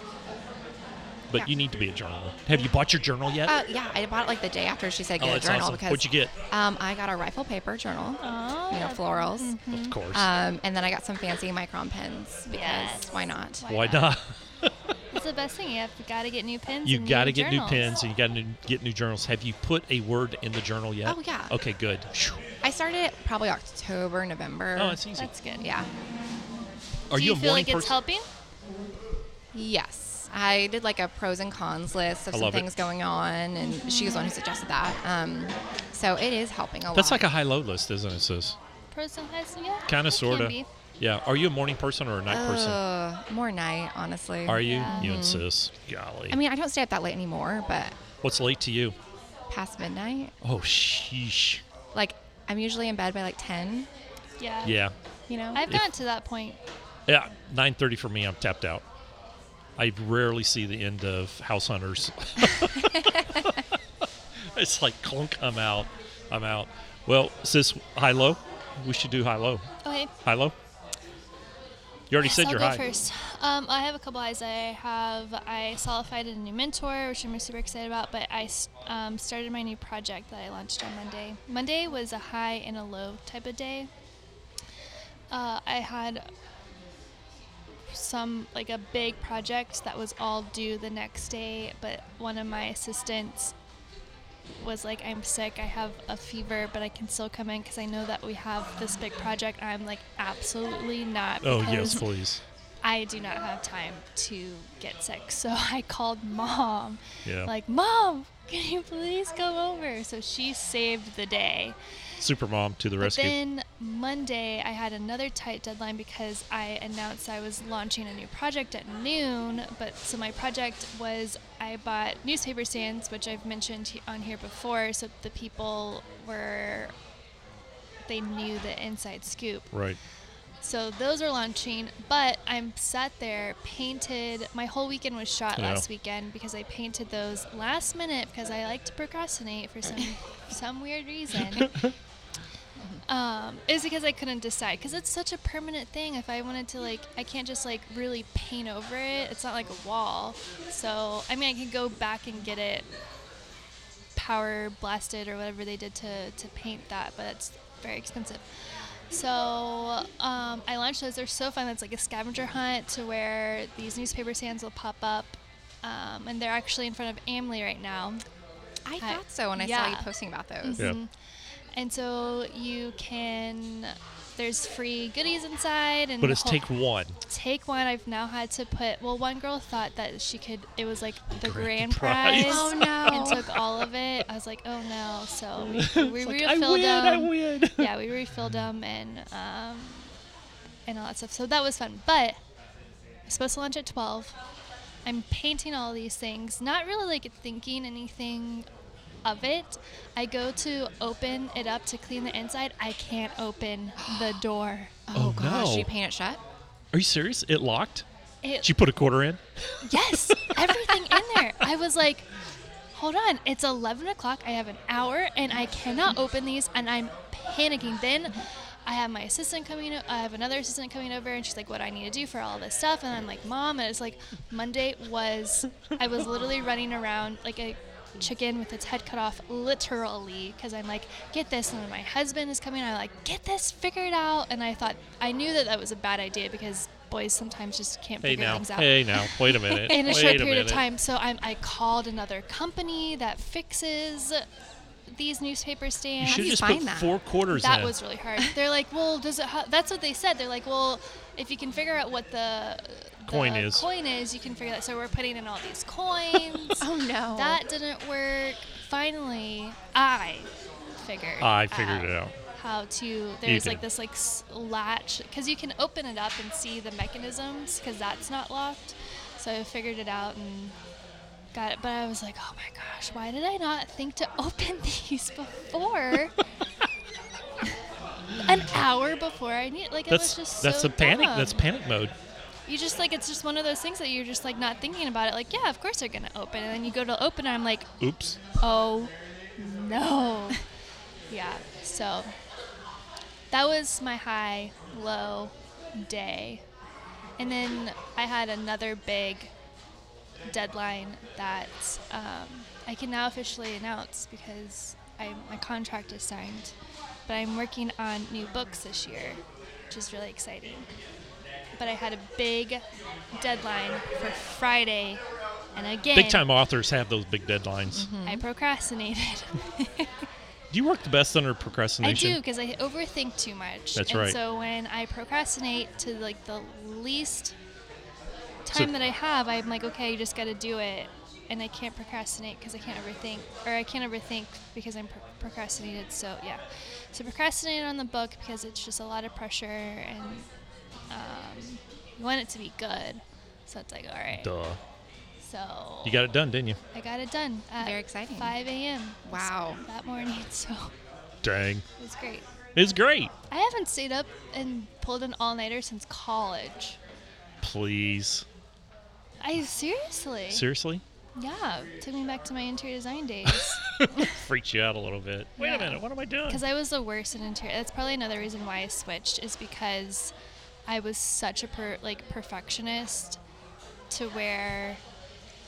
But
Yeah.
you need to be a journaler. Have you bought your journal yet?
Uh, yeah, I bought it like the day after she said
oh,
get a
that's
journal
awesome.
because
What'd you get?
um I got a rifle paper journal,
Oh,
you know,
that's-
florals,
mm-hmm.
Of course.
um, and then I got some fancy micron pens because
Yes.
why not?
Why not?
That's the best thing. You have got to get new pins.
You
and
got to
new
get
journals.
new pens and you got to get new journals. Have you put a word in the journal yet?
Oh, yeah.
Okay, good. Phew.
I started it probably October, November.
Oh, it's easy.
That's good.
yeah.
Are
Do
you,
you,
a
feel
morning
like it's
person?
helping?
Yes. I did like a pros and cons list of
I
some
love it.
things going on, and she was the one who suggested that. Um, so it is helping a lot.
That's like a high low list, isn't it, sis?
Person has yeah.
Kind of,
it
sort
can
of.
be. Oh,
Yeah. Are you a morning person or a night person?
Ugh, more night, honestly.
Are you?
Yeah. Mm-hmm.
You and sis. Golly.
I mean, I don't stay up that late anymore, but
What's late to you?
past midnight,
Oh, sheesh.
like I'm usually in bed by like 10.
Yeah.
Yeah.
You know,
I've gotten to that point.
Yeah. 9.30 for me, I'm tapped out. I rarely see the end of House Hunters. it's like clunk, I'm out. I'm out. Well, sis, high low? We should do high low.
Okay.
High low? You already
Yes,
said
I'll
your
go
high.
first. Um, I have a couple highs. I have I solidified a new mentor, which I'm super excited about. But I s- um, started my new project that I launched on Monday. Monday was a high and a low type of day. Uh, I had some like a big project that was all due the next day, but one of my assistants was like, "I'm sick. I have a fever, but I can still come in because I know that we have this big project." I'm like, "Absolutely not."
Oh yes,
because
please.
I do not have time to get sick. So I called mom.
Yeah.
Like, Mom, can you please come over? So she saved the day.
Super mom to the
But
rescue.
then Monday, I had another tight deadline because I announced I was launching a new project at noon. But so my project was I bought newspaper stands, which I've mentioned he- on here before. So the people were, they knew the inside scoop.
right.
So those are launching, but I'm sat there painted. My whole weekend was shot
Yeah.
last weekend because I painted those last minute because I like to procrastinate for some some weird reason. Um, it's because I couldn't decide because it's such a permanent thing. If I wanted to like, I can't just like really paint over it. It's not like a wall. So I mean, I could go back and get it power blasted or whatever they did to to paint that, but it's very expensive. So um, I launched those. They're so fun. It's like a scavenger hunt to where these newspaper stands will pop up, um, and they're actually in front of Amley right now.
I thought so when I saw you
yeah.
posting about those.
Yeah.
And so you can. There's free goodies inside, and
But
the
it's
whole-
take one.
take one. I've now had to put. Well, one girl thought that she could. It was like
Grant the
the grand
prize.
prize.
Oh,
And
no.
took all of it. I was like, oh no. So we, we
It's like, I
refilled
win. I
them
win.
yeah, we refilled them and um, and all that stuff. So that was fun. But I'm supposed to lunch at twelve. I'm painting all these things, not really like thinking anything of it. I go to open it up to clean the inside. I can't open the door.
Oh,
gosh,
no.
you paint it shut?
Are you serious? It locked.
It,
Did you put a quarter in?
yes, everything in there. I was like, hold on, it's 11 o'clock. I have an hour and I cannot open these, and I'm panicking. Then I have my assistant coming. o- I have another assistant coming over, and she's like, "What do I need to do for all this stuff?" And I'm like, "Mom," and it's like Monday was. I was literally running around like a chicken with its head cut off literally because i'm like get this and then my husband is coming i'm like get this figured out and i thought i knew that that was a bad idea because boys sometimes just can't
Hey
figure
now.
things out
Hey now. Wait a minute.
in a
Wait
short
a
period of
minute.
time. So I'm, I called another company that fixes these newspaper
You
stands.
should
you
just put
find that?
four quarters
That
in.
was really hard. They're like, well, does it? Ha-? That's what they said. They're like, well, if you can figure out what the, the
Coin is.
coin is, you can figure that. So we're putting in all these coins.
Oh no.
that didn't work. Finally, I figured.
I figured it out.
How to there's like
did.
this like s- latch because you can open it up and see the mechanisms because that's not locked. So I figured it out and got it. But I was like, oh my gosh, why did I not think to open these before? An hour before I need like
That's
it was just
that's
so
a panic. That's
dumb.
panic mode.
You just like it's just one of those things that you're just like not thinking about it. Like yeah, of course they're gonna open, and then you go to open, and I'm like,
Oops.
Oh no. yeah. So that was my high low day. And then I had another big deadline that um, I can now officially announce because I, my contract is signed. But I'm working on new books this year, which is really exciting. But I had a big deadline for Friday. And again,
Big time authors have those big deadlines.
I procrastinated.
Do you work the best under
I
procrastination?
do because I overthink too much.
That's
and
right.
So when I procrastinate to like the least time that I have, I'm like, okay, you just got to do it, and I can't procrastinate because I can't overthink, or I can't overthink because I'm pro- procrastinated. So yeah, so procrastinated on the book because it's just a lot of pressure, and um, you want it to be good. So it's like, all right.
Duh.
So
You got it done, didn't you?
I got it done. At
Very exciting.
5 a.m.
Wow.
That morning, so
Dang.
it was great.
It's great.
I haven't stayed up and pulled an all nighter since college.
Please.
I seriously.
Seriously?
yeah, took me back to my interior design days
Freaks you out a little bit. Wait
Yeah.
a minute. What am I doing?
because I was the worst in interior. That's probably another reason why I switched is because I was such a per, like perfectionist to where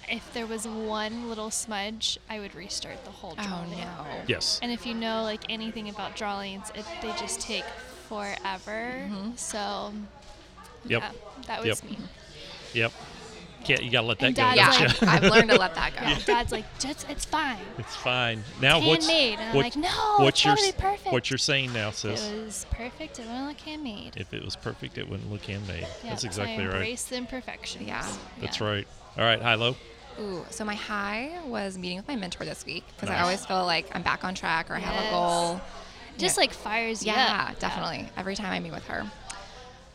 if there was one little smudge, I would restart the whole
Oh,
drawing.
no.
over.
Yes.
And if you know like anything about drawings, it, they just take forever.
Mm-hmm.
So
Yep.
yeah, that
Yep.
was me.
Yep. Can't you gotta let that
And
go?
Dad,
don't
like-
you?
I've, I've learned to let that go.
Yeah, Dad's like, just it's fine.
It's fine. Now what's
handmade. And I'm
what-
like, no,
what's
it's
your
gotta
s-
be perfect.
What you're saying now,
It
sis?
was perfect. It wouldn't look handmade.
If it was perfect, it wouldn't look handmade.
Yeah,
That's
so
exactly
I
right.
Embrace the imperfections.
Yeah.
That's
yeah.
right. All right, high low.
Ooh, so my high was meeting with my mentor this week because
Nice.
I always feel like I'm back on track or I have a
Yes.
goal.
Just
Yeah.
like fires you
Yeah,
up.
definitely. Every time I meet with her.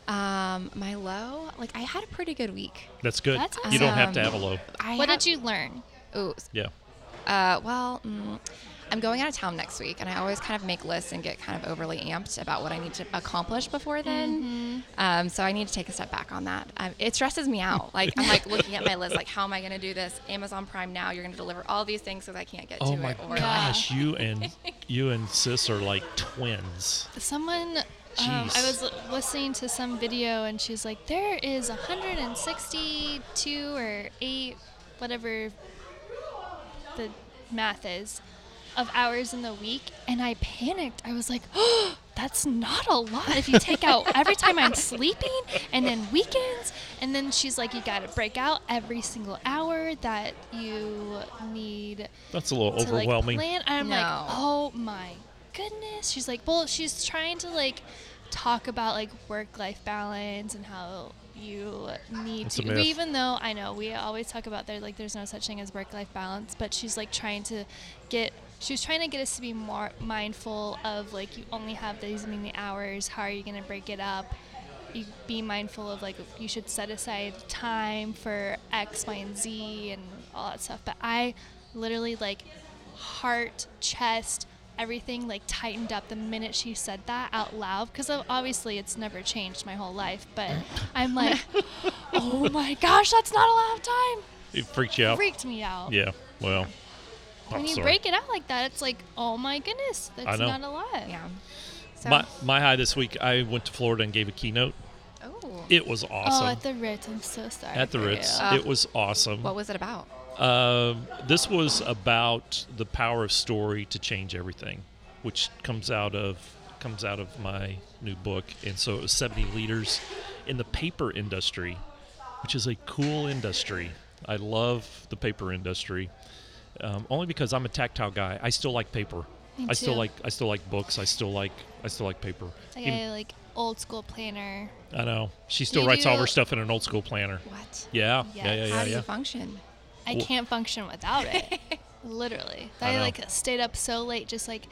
Um, my low, like I had a pretty good week.
That's good.
That's
You don't have to have
awesome.
a low.
I
What
had-
did you learn?
Ooh,
Yeah.
uh, well, mm, I'm going out of town next week, and I always kind of make lists and get kind of overly amped about what I need to accomplish before then.
Mm-hmm.
Um, so I need to take a step back on that. Um, it stresses me out. Like I'm like looking at my list, like how am I going to do this? Amazon Prime now, you're going to deliver all these things because I can't get
Oh
to
my
it. Or
gosh, you and you and sis are like twins.
Someone. Um, I
Jeez.
was l- listening to some video and she's like, there is 162 or 8, whatever the math is, of hours in the week. And I panicked. I was like, oh, that's not a lot. If you take out every time I'm sleeping and then weekends. And then she's like, you got to break out every single hour that you need
That's a little
to, like,
overwhelming.
plan. And I'm
No.
like, oh my goodness. She's like, well, she's trying to like talk about like work life balance and how you need
It's a
to.
myth.
Even though I know we always talk about there like there's no such thing as work life balance, but she's like trying to get. She was trying to get us to be more mindful of like you only have these many hours. How are you going to break it up? You be mindful of like you should set aside time for X, Y, and Z and all that stuff. But I literally like heart, chest, everything like tightened up the minute she said that out loud because obviously it's never changed my whole life. But I'm like, oh my gosh, that's not a lot of time.
It freaks you out.
Freaked me out.
Oh. Yeah. Well.
when
I'm
you
sorry.
break it out like that, it's like, oh my goodness, that's
know.
not a lot.
Yeah. So,
my my high this week, I went to Florida and gave a keynote.
oh,
It was awesome.
Oh, at the Ritz, I'm so sorry.
At the
for
Ritz,
you.
Yeah.
it was awesome.
what was it about?
Um, this was about the power of story to change everything, which comes out of comes out of my new book. And so it was 70 leaders in the paper industry, which is a cool industry. I love the paper industry, um, only because I'm a tactile guy. I still like paper.
Me
I still
too.
like I still like books. I still like I still like paper.
Like
Even-
a like old school planner.
I know she still
You
writes all
do-
her stuff in an old school planner.
What?
Yeah, yeah, yeah,
Yes.
yeah.
How do
yeah.
you function?
I
Well-
can't function without it. Literally.
I
I,
know.
like stayed up so late just like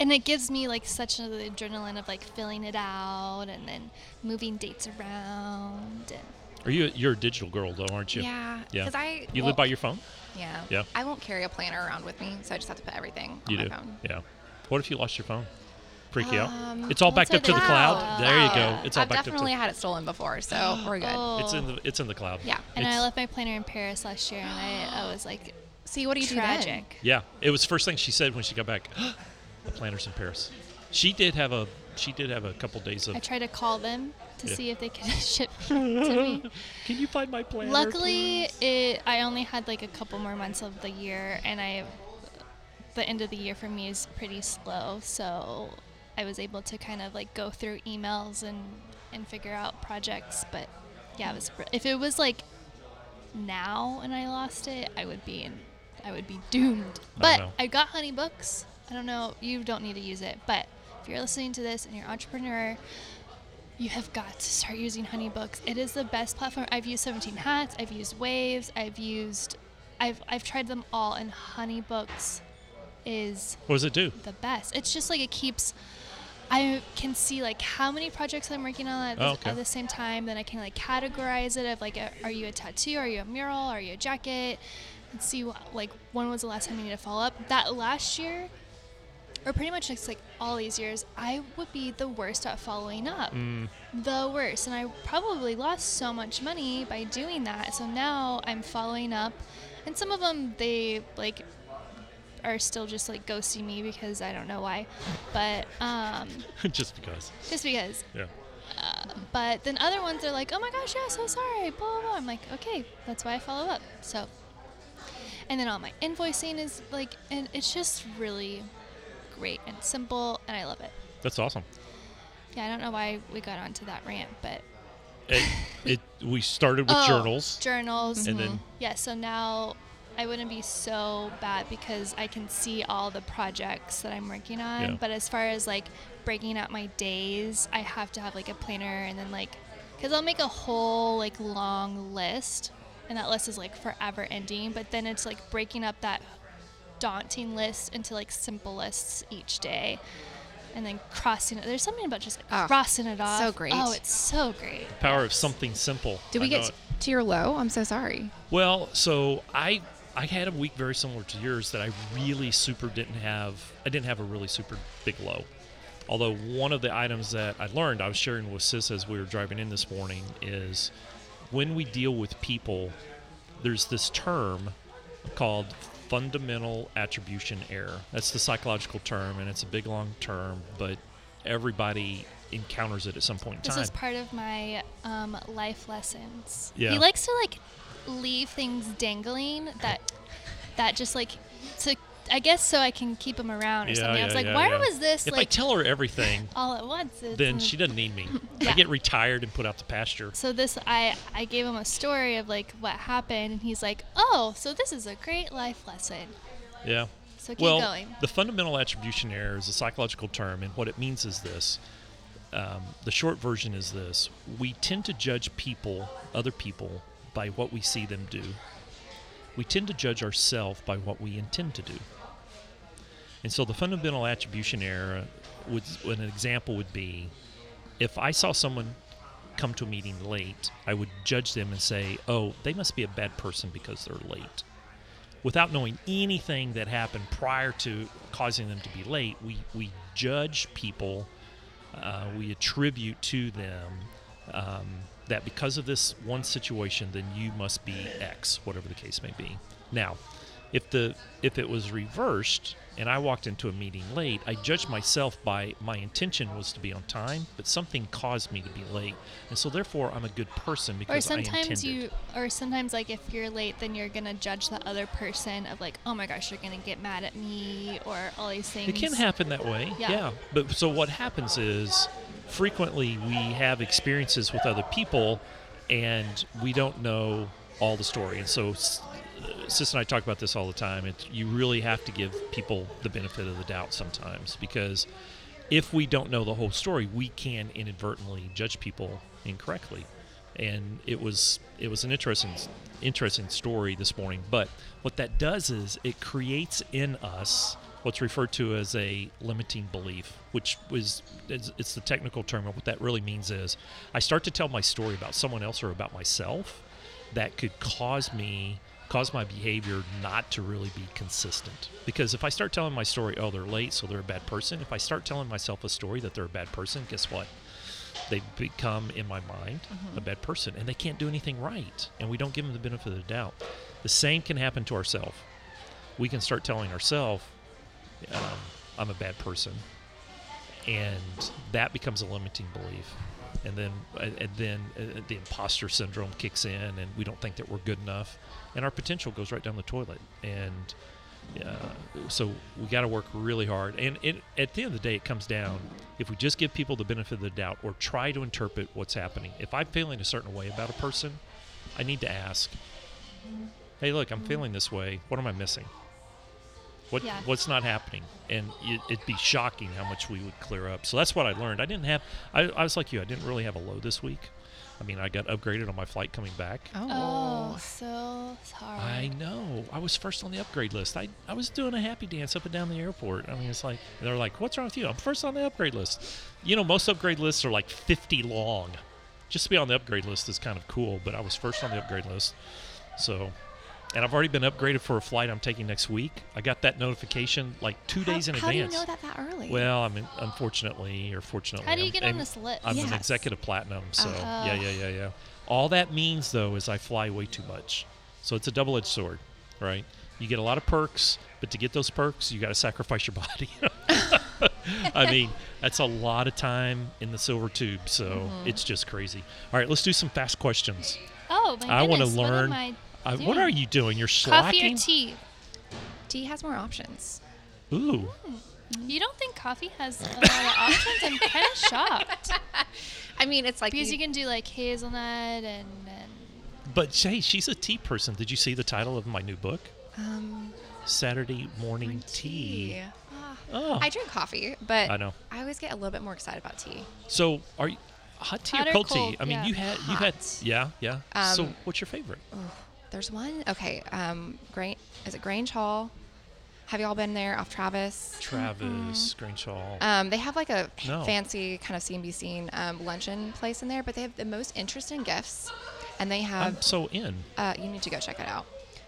and it gives me like such an adrenaline of like filling it out and then moving dates around and
Are you you're a digital girl though, aren't you?
Yeah.
Yeah.
Because I
You
well,
live by your phone?
yeah.
Yeah.
I won't carry a planner around with me, so I just have to put everything on
you
my
do.
phone.
Yeah. What if you lost your phone? Freak you out.
Um,
It's all
what's
backed up
it
to the
cloud?
cloud. There you go.
Cloud.
It's all
Oh, Uh, I've
backed up to
definitely had it stolen before, so we're good.
Oh.
It's in the it's in the cloud.
Yeah.
and I
It's-
left my planner in Paris last year and I, I was like
See, what do you do then?
tragic.
Yeah. It was the first thing she said when she got back. the planners in Paris. She did have a she did have a couple days of
I tried to call them to
Yeah.
see if they could ship to me.
Can you find my planner?
Luckily, it I only had like a couple more months of the year, and I the end of the year for me is pretty slow, so I was able to kind of like go through emails and and figure out projects. But yeah, it was br- if it was like now and I lost it, I would be in I would be doomed. But
know.
I got Honey Books. I don't know. You don't need to use it, but if you're listening to this and you're an entrepreneur, you have got to start using Honeybooks. It is the best platform. I've used 17 Hats, I've used Waves, I've used, I've, I've tried them all, and Honeybooks is
What does it do?
the best. It's just like it keeps. I can see like how many projects I'm working on at,
Oh,
the-
okay.
at the same time. Then I can like categorize it of like, a, are you a tattoo? Are you a mural? Are you a jacket? And see what, like when was the last time you need to follow up. That last year, or pretty much just like all these years, I would be the worst at following up.
Mm.
The worst. And I probably lost so much money by doing that. So now I'm following up. And some of them, they like are still just like ghosting me because I don't know why. But um,
Just because.
just because.
Yeah.
But then other ones are like, oh my gosh, yeah, so sorry, blah, blah, blah. I'm like, okay, that's why I follow up. So, and then all my invoicing is like, and it's just really great and simple, and I love it.
That's awesome.
Yeah, I don't know why we got onto that rant, but
It, it we started with
Oh,
journals.
Journals. hmm.
And then-
yeah, so now I wouldn't be so bad because I can see all the projects that I'm working on.
Yeah.
But as far as like breaking out my days, I have to have like a planner and then like cuz I'll make a whole like long list and that list is like forever ending, but then it's like breaking up that daunting list into like simple lists each day. And then crossing it. There's something about just like,
Ah,
crossing it off.
great.
Oh, it's so great.
Power of something simple.
Did we
I know
get
it.
to your low? I'm so sorry.
Well, so I I had a week very similar to yours that I really super didn't have. I didn't have a really super big low. Although one of the items that I learned, I was sharing with Sis as we were driving in this morning, is when we deal with people, there's this term called fundamental attribution error. That's the psychological term, and it's a big long term, but everybody encounters it at some point in
This
time.
is part of my um, life lessons.
Yeah.
He likes to like leave things dangling that that just like to I guess so I can keep him around or something. I was like, why was this
If I
like
tell her everything,
all at once? It's
then
like-
she doesn't need me. I
Yeah.
get retired and put out to pasture.
So this I I gave him a story of like what happened and he's like, oh, so this is a great life lesson.
Yeah.
So keep
well,
going.
the fundamental attribution error is a psychological term, and what it means is this. Um, the short version is this: we tend to judge people, other people, by what we see them do. We tend to judge ourselves by what we intend to do. And so, the fundamental attribution error would an example would be if I saw someone come to a meeting late, I would judge them and say, oh, they must be a bad person because they're late. Without knowing anything that happened prior to causing them to be late, we, we judge people, uh, we attribute to them um, that because of this one situation, then you must be X, whatever the case may be. Now, if the if it was reversed and I walked into a meeting late, I judged myself by my intention was to be on time, but something caused me to be late, and so therefore I'm a good person because
Or
I
sometimes
intended.
you or sometimes like if you're late then you're gonna judge the other person of like, oh my gosh, you're gonna get mad at me or all these things.
It can happen that way. Yeah.
Yeah.
But so what happens is frequently we have experiences with other people and we don't know all the story. And so S- uh, Sis and I talk about this all the time. It's, you really have to give people the benefit of the doubt sometimes because if we don't know the whole story, we can inadvertently judge people incorrectly. And it was it was an interesting interesting story this morning. But what that does is it creates in us what's referred to as a limiting belief, which was it's, it's the technical term. And what that really means is I start to tell my story about someone else or about myself that could cause me cause my behavior not to really be consistent because if i start telling my story oh they're late so they're a bad person if i start telling myself a story that they're a bad person guess what they become in my mind a bad person and they can't do anything right and we don't give them the benefit of the doubt the same can happen to ourselves we can start telling ourselves um, i'm a bad person and that becomes a limiting belief and then and then uh, the imposter syndrome kicks in and we don't think that we're good enough and our potential goes right down the toilet and uh, so we got to work really hard and it, at the end of the day it comes down if we just give people the benefit of the doubt or try to interpret what's happening if i'm feeling a certain way about a person i need to ask hey look i'm feeling this way what am i missing what
Yeah.
what's not happening and it, it'd be shocking how much we would clear up so that's what i learned i didn't have I, I was like you i didn't really have a low this week i mean i got upgraded on my flight coming back
Oh, so sorry.
I know. I was first on the upgrade list. I, I was doing a happy dance up and down the airport. I mean, it's like, and they're like, what's wrong with you? I'm first on the upgrade list. You know, most upgrade lists are like 50 long. Just to be on the upgrade list is kind of cool, but I was first on the upgrade list. So, and I've already been upgraded for a flight I'm taking next week. I got that notification like two days in
how
advance.
do you know that that early?
Well, I mean, unfortunately or fortunately,
How do you
I'm-
get on
I'm-
this list?
I'm an
Yes.
executive platinum, so
Uh-huh.
yeah, yeah, yeah, yeah. All that means though is I fly way too much, so it's a double-edged sword, right? You get a lot of perks, but to get those perks, you got to sacrifice your body. I mean, that's a lot of time in the silver tube, so
Mm-hmm.
it's just crazy. All right, let's do some fast questions.
Oh, my
I want to
goodness,
learn.
What,
I-
am I
what
doing?
are you doing? You're
Coffee
slacking.
or tea?
Tea has more options.
Ooh,
You don't think coffee has a lot of options? I'm kind of shocked
I mean, it's like
because
you-
you can do like hazelnut and, and
but hey, she's a tea person. Did you see the title of my new book?
um,
Saturday morning tea.
Ah.
Oh,
I drink coffee, but
I know.
I always get a little bit more excited about tea.
So are you hot tea
Hot
or
or
cold,
cold,
tea? I mean,
yeah.
you had you had
Hot.
yeah yeah. so
Um,
what's your favorite?
There's one. Okay. Um, Grange, is it Grange Hall? Have you all been there off Travis?
Travis Greenshaw.
Um, they have like a
No.
fancy kind of CNBC um, luncheon place in there, but they have the most interesting gifts, and they have
I'm so in.
uh, you need to go check it out.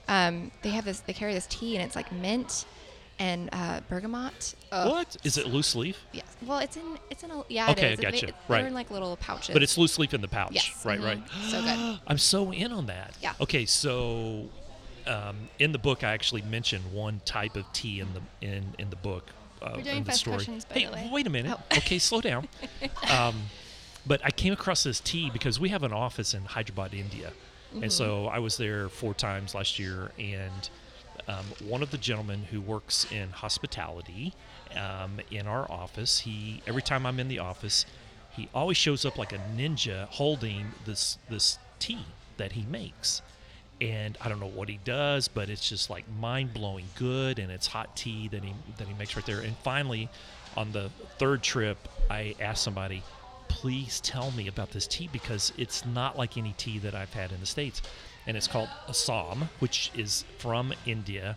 Um, they have this. They carry this tea, and it's like mint and uh, bergamot. Ugh.
What is it? Loose leaf?
Yeah. Well, it's in. It's in a. Yeah. it
Okay, I
is. They-
gotcha.
it-
Right.
They're in like little pouches.
But it's loose leaf in the pouch.
Yes.
Right, right.
Mhm. So good.
I'm so in on that.
Yeah.
Okay, so um, in the book, I actually mentioned one type of tea in the in in the book. Uh,
We're doing
in the
fast
story.
questions, by
hey,
the way. Oh.
wait a minute. Okay, slow down. um, but I came across this tea because we have an office in Hyderabad, India, and so
Mm-hmm.
I was there four times last year, and um, one of the gentlemen who works in hospitality um, in our office, he every time I'm in the office, he always shows up like a ninja holding this this tea that he makes. And I don't know what he does, but it's just like mind blowing good, and it's hot tea that he that he makes right there. And finally, on the third trip, I asked somebody, please tell me about this tea because it's not like any tea that I've had in the States. And it's called Assam, which is from India.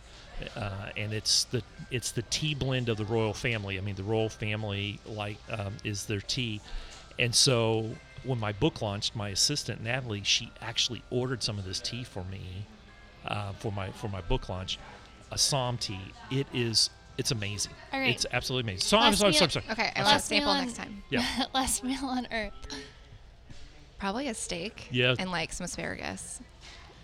Uh, and it's the it's the tea blend of the royal family. I mean, the royal family like um, is their tea, and so when my book launched, my assistant Natalie, she actually ordered some of this tea for me, uh, for my for my book launch, Assam tea. It is it's amazing.
All right.
It's absolutely amazing. Assam,
Last
Assam,
meal-
Assam, Assam.
Okay. I want a
last meal
sample
on,
next time.
Yeah.
last meal on Earth.
Probably a steak.
Yeah.
And like some asparagus.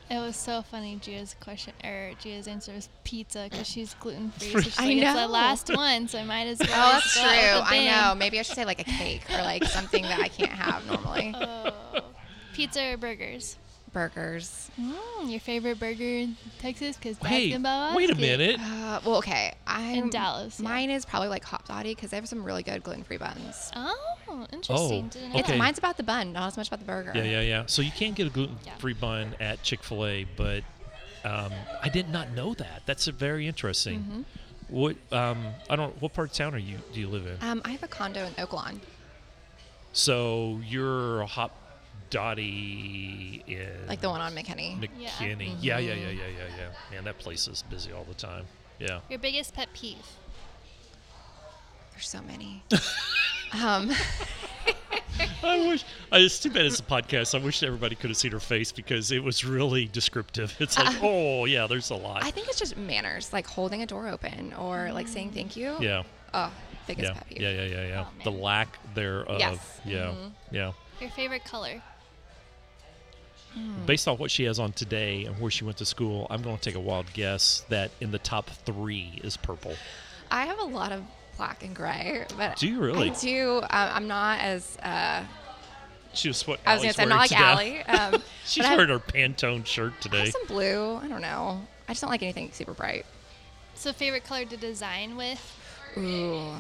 It was so funny. Gia's question or Gia's answer was pizza because she's gluten free. So she's
I
like, It's
know.
the last one, so I might as well.
Oh, that's
go
true.
out with a
I
bang."
know. Maybe I should say like a cake or like something that I can't have normally.
Oh. Pizza or burgers?
Burgers.
Mm, your favorite burger in Texas? Because
Hey, wait a minute.
Uh, well, okay. I
In Dallas, yeah.
Mine is probably like hot dotty because they have some really good gluten free buns.
Oh, interesting. Didn't know
okay.
that.
It's mine's about the bun, not as much about the burger.
Yeah, yeah, yeah. So you can get a gluten-free bun at Chick-fil-A, but um, I did not know that. That's a very interesting.
Mm-hmm.
What um, I don't. What part of town are you? Do you live in?
Um, I have a condo in Oaklawn.
So you're a hop dotty in
like the one on McKinney.
McKinney.
Yeah.
Yeah. yeah, yeah, yeah, yeah, yeah, Man, that place is busy all the time. Yeah.
Your biggest pet peeve?
There's so many. um,
I wish. I, it's too bad it's a podcast. I wish everybody could have seen her face because it was really descriptive. It's like, oh yeah, there's a lot.
I think it's just manners, like holding a door open or like saying thank you.
yeah.
Oh, biggest
Yeah.
pet peeve.
yeah. Yeah. Yeah. Yeah.
Oh,
the
man.
lack thereof.
Yes.
Yeah. Yeah.
Your favorite color?
Based on what she has on today and where she went to school, I'm going to take a wild guess that in the top three is purple.
I have a lot of black and gray, but
Do you really?
I do. Um, I'm not as. Uh,
She was what?
I was gonna
Allie's
say I'm not like
wearing today.
Allie. Um,
She's
but I have-
wearing her Pantone shirt
I
today.
have some blue. I don't know. I just don't like anything super bright.
So favorite color to design with?
Ooh.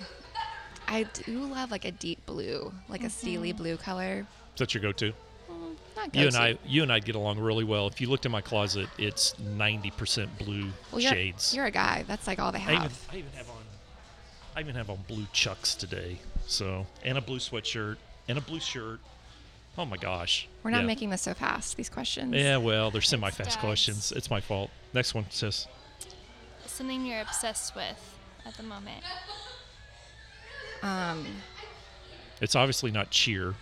I do love like a deep blue, like
Mm-hmm.
a steely blue color.
That's your go-to.
Not
You and
go-to.
I, you and I get along really well. If you looked in my closet, it's ninety percent blue
Well, you're,
shades.
You're a guy. That's like all they
I, even,
have.
I even have on, I even have on blue chucks today. So and a blue sweatshirt and a blue shirt. Oh my gosh.
We're not
yeah.
making this so fast. These questions.
Yeah, well, they're semi-fast
Stacks.
questions. It's my fault. Next one, sis.
Something you're obsessed with at the moment?
Um,
It's obviously not cheer.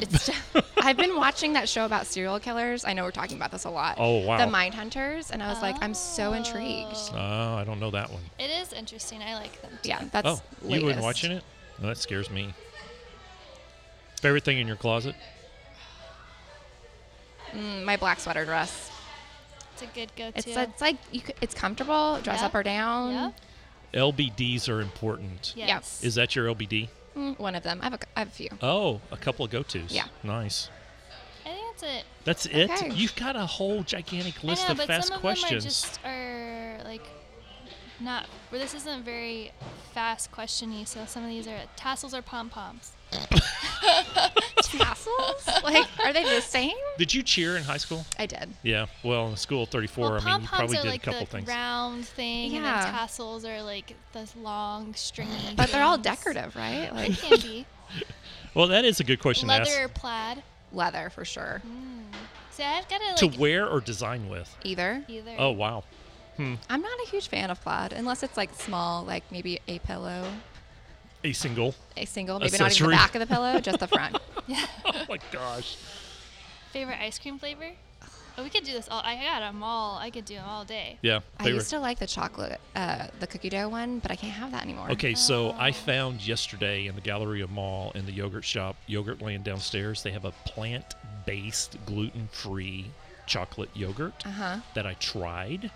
it's. I've been watching that show about serial killers. I know we're talking about this a lot.
Oh, wow.
The Mind Hunters, and I was like, I'm so intrigued.
Oh.
Oh, I don't know that one.
It is interesting. I like them. Too.
Yeah, that's.
Oh, you
latest.
been watching it? No, that scares me. Favorite thing in your closet?
Mm, my black sweater dress.
It's a good go-to.
It's it's like you. c- It's comfortable. Dress
Yeah.
up or down.
Yeah.
LBDs are important.
Yes.
Is that your LBD?
Mm, One of them. I have a, c- I have a few.
Oh, a couple of go-tos.
Yeah.
Nice.
I think that's it.
That's it.
Okay.
You've got a whole gigantic list
I know,
of
but
fast
some of them
questions.
are just are like not. Well, this isn't very fast questiony. So some of these are tassels or pom poms.
Tassels? like, are they the same?
Did you cheer in high school?
I did.
Yeah. Well, in school at 34,
well,
I mean,
pom
you
poms
probably
are
did
like
a couple
the
things.
round thing, and
Yeah.
then tassels are like the long stringy.
But they're all
things.
decorative, right?
They
Like
can be
Well, that is a good question to
leather or
ask.
plaid.
leather for sure.
See, I've got
To
to like
wear or design with?
Either.
either.
Oh, wow.
I'm not a huge fan of plaid unless it's like small, like maybe a pillow,
A single.
a single, maybe not even
Accessory.
the back of the pillow, just the front.
oh, my gosh.
Favorite ice cream flavor? Oh, we could do this all. I got them all. I could do them all day.
Yeah.
I
they were-
used to like the chocolate, uh, the cookie dough one, but I can't have that anymore.
Okay, so I found yesterday in the Galleria Mall in the yogurt shop, Yogurt Land downstairs, they have a plant based, gluten free chocolate yogurt
Uh-huh.
that I tried.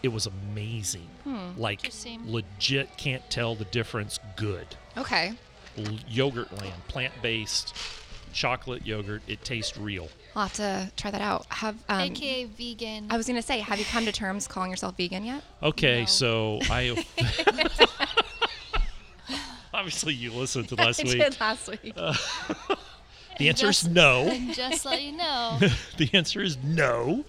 It was amazing. Like,
Interesting.
legit can't tell the difference. Good.
Okay.
L- yogurt Land, plant based chocolate yogurt. It tastes real.
I'll have to try that out. Have um,
AKA vegan.
I was gonna say, have you come to terms calling yourself vegan yet?
Okay,
No.
so I. Obviously, you listened to last week. Uh,
last week.
The answer is
Just-
no.
And just let you know.
the answer is no.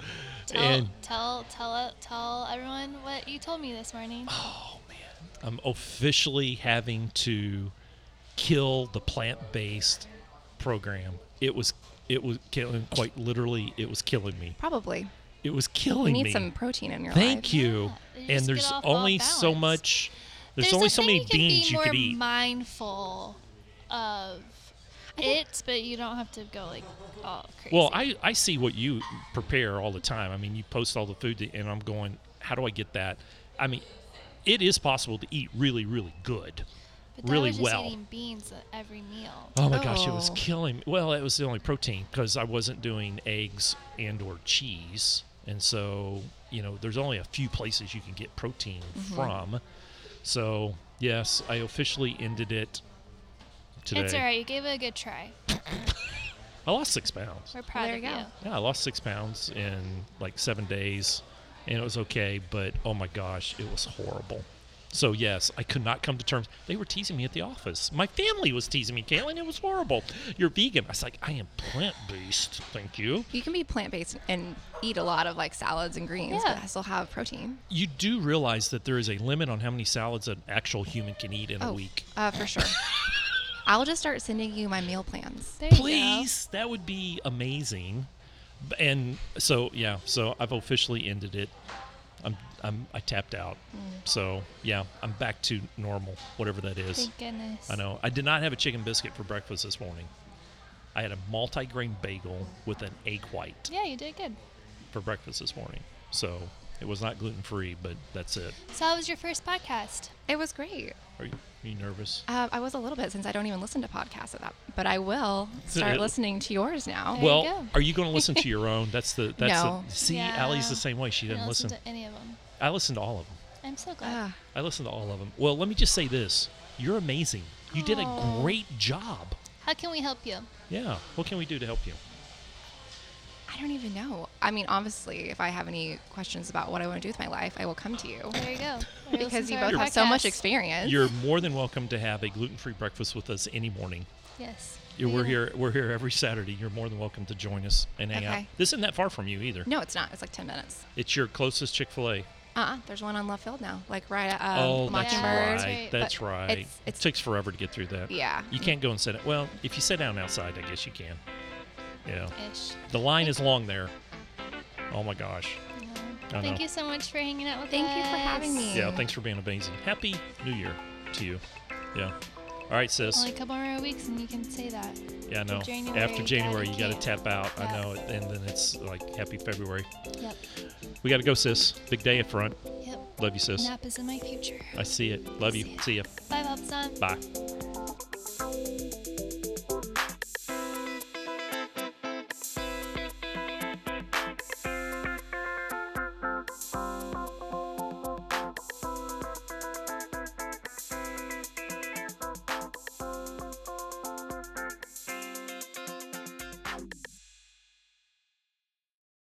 Tell,
and
tell, tell, tell everyone what you told me this morning.
I'm officially having to kill the plant-based program. It was it was killing quite literally. It was killing me.
Probably.
It was
You
killing
need
me.
some protein in your
Thank
life.
you.
Yeah, you
and
just get
there's
off all
only so
balance.
much. There's, only
a
so
thing
many
you can
beans
be
you
more
could eat.
mindful of it, but you don't have to go like all crazy.
Well, I, I see what you prepare all the time. I mean, you post all the food, that, and I'm going, how do I get that? I mean, it is possible to eat really, really good,
but Dad
really
was just
well.
eating beans at every meal.
Oh my gosh, it was
Oh.
killing me. Well, it was the only protein because I wasn't doing eggs and or cheese, and so you know, there's only a few places you can get protein
Mm-hmm.
from. So yes, I officially ended it today.
It's all right. You gave it a good try.
I lost six pounds.
We're proud
there
of
you
you.
go.
Yeah, I lost six pounds in like seven days, and it was okay. But oh my gosh, it was horrible. So yes, I could not come to terms. They were teasing me at the office. My family was teasing me, Kaylin. It was horrible. You're vegan. I was like, I am plant based. Thank you.
You can be plant based and eat a lot of like salads and greens,
Yeah.
but I still have protein.
You do realize that there is a limit on how many salads an actual human can eat in a
Oh,
week.
uh, for sure. I'll just start sending you my meal plans.
There
Please, that would be amazing. B- And so yeah, so I've officially ended it. I'm I'm I tapped out.
Mm.
So yeah, I'm back to normal, whatever that
You go.
is.
Thank goodness.
I know. I did not have a chicken biscuit for breakfast this morning. I had a multi-grain bagel with an egg white
Yeah, you did good.
for breakfast this morning. So it was not gluten free, but that's it.
So how was your first podcast?
It was great.
Are you, you nervous?
Uh, I was a little bit since I don't even listen to podcasts at that, but I will start listening to yours now.
There you
well,
go.
are you going to listen to your own? That's the that's
No.
the see. Allie's
Yeah.
the same way. She
I
didn't
don't
listen.
listen to any of them.
I listened to all of them.
I'm so glad.
Ah,
I listened to all of them. Well, let me just say this: you're amazing. You did a
Aw.
great job.
How can we help you?
Yeah. What can we do to help you?
I don't even know. I mean, obviously, if I have any questions about what I want to do with my life, I will come to you
There you go. Or listen
because
to
you
our
both have so much
podcast.
experience.
You're more than welcome to have a gluten-free breakfast with us any morning.
Yes.
Yeah, We're
Yeah.
here. We're here every Saturday. You're more than welcome to join us and hang out.
Okay.
This isn't that far from you either.
no, it's not. It's like 10 minutes.
It's your closest Chick Fil A.
Uh uh There's one on left field now, like right at um,
oh, that's
Mockingbird.
That's
right.
right.
That's
But
right.
it's- it's-
it takes forever to get through that.
Yeah.
You can't go and sit. Well, if you sit down outside, I guess you can. Yeah.
Ish.
The line is long there. Oh my gosh. I
Thank
know.
you so much for hanging out with
Thank
us.
you for having me.
Yeah. Thanks for being amazing. Happy New Year to you. Yeah. All right, sis.
Only a couple more weeks and you can say that.
yeah, I know.
January,
After
gotta
January, you got to
keep-
tap out. I
Yeah.
know. And then it's like Happy February.
Yep.
We got to go, sis. Big day up front.
Yep.
Love you, sis.
Nap is in my future.
I see it. Love you.
See ya.
See ya.
Bye, Bob Son.
Bye.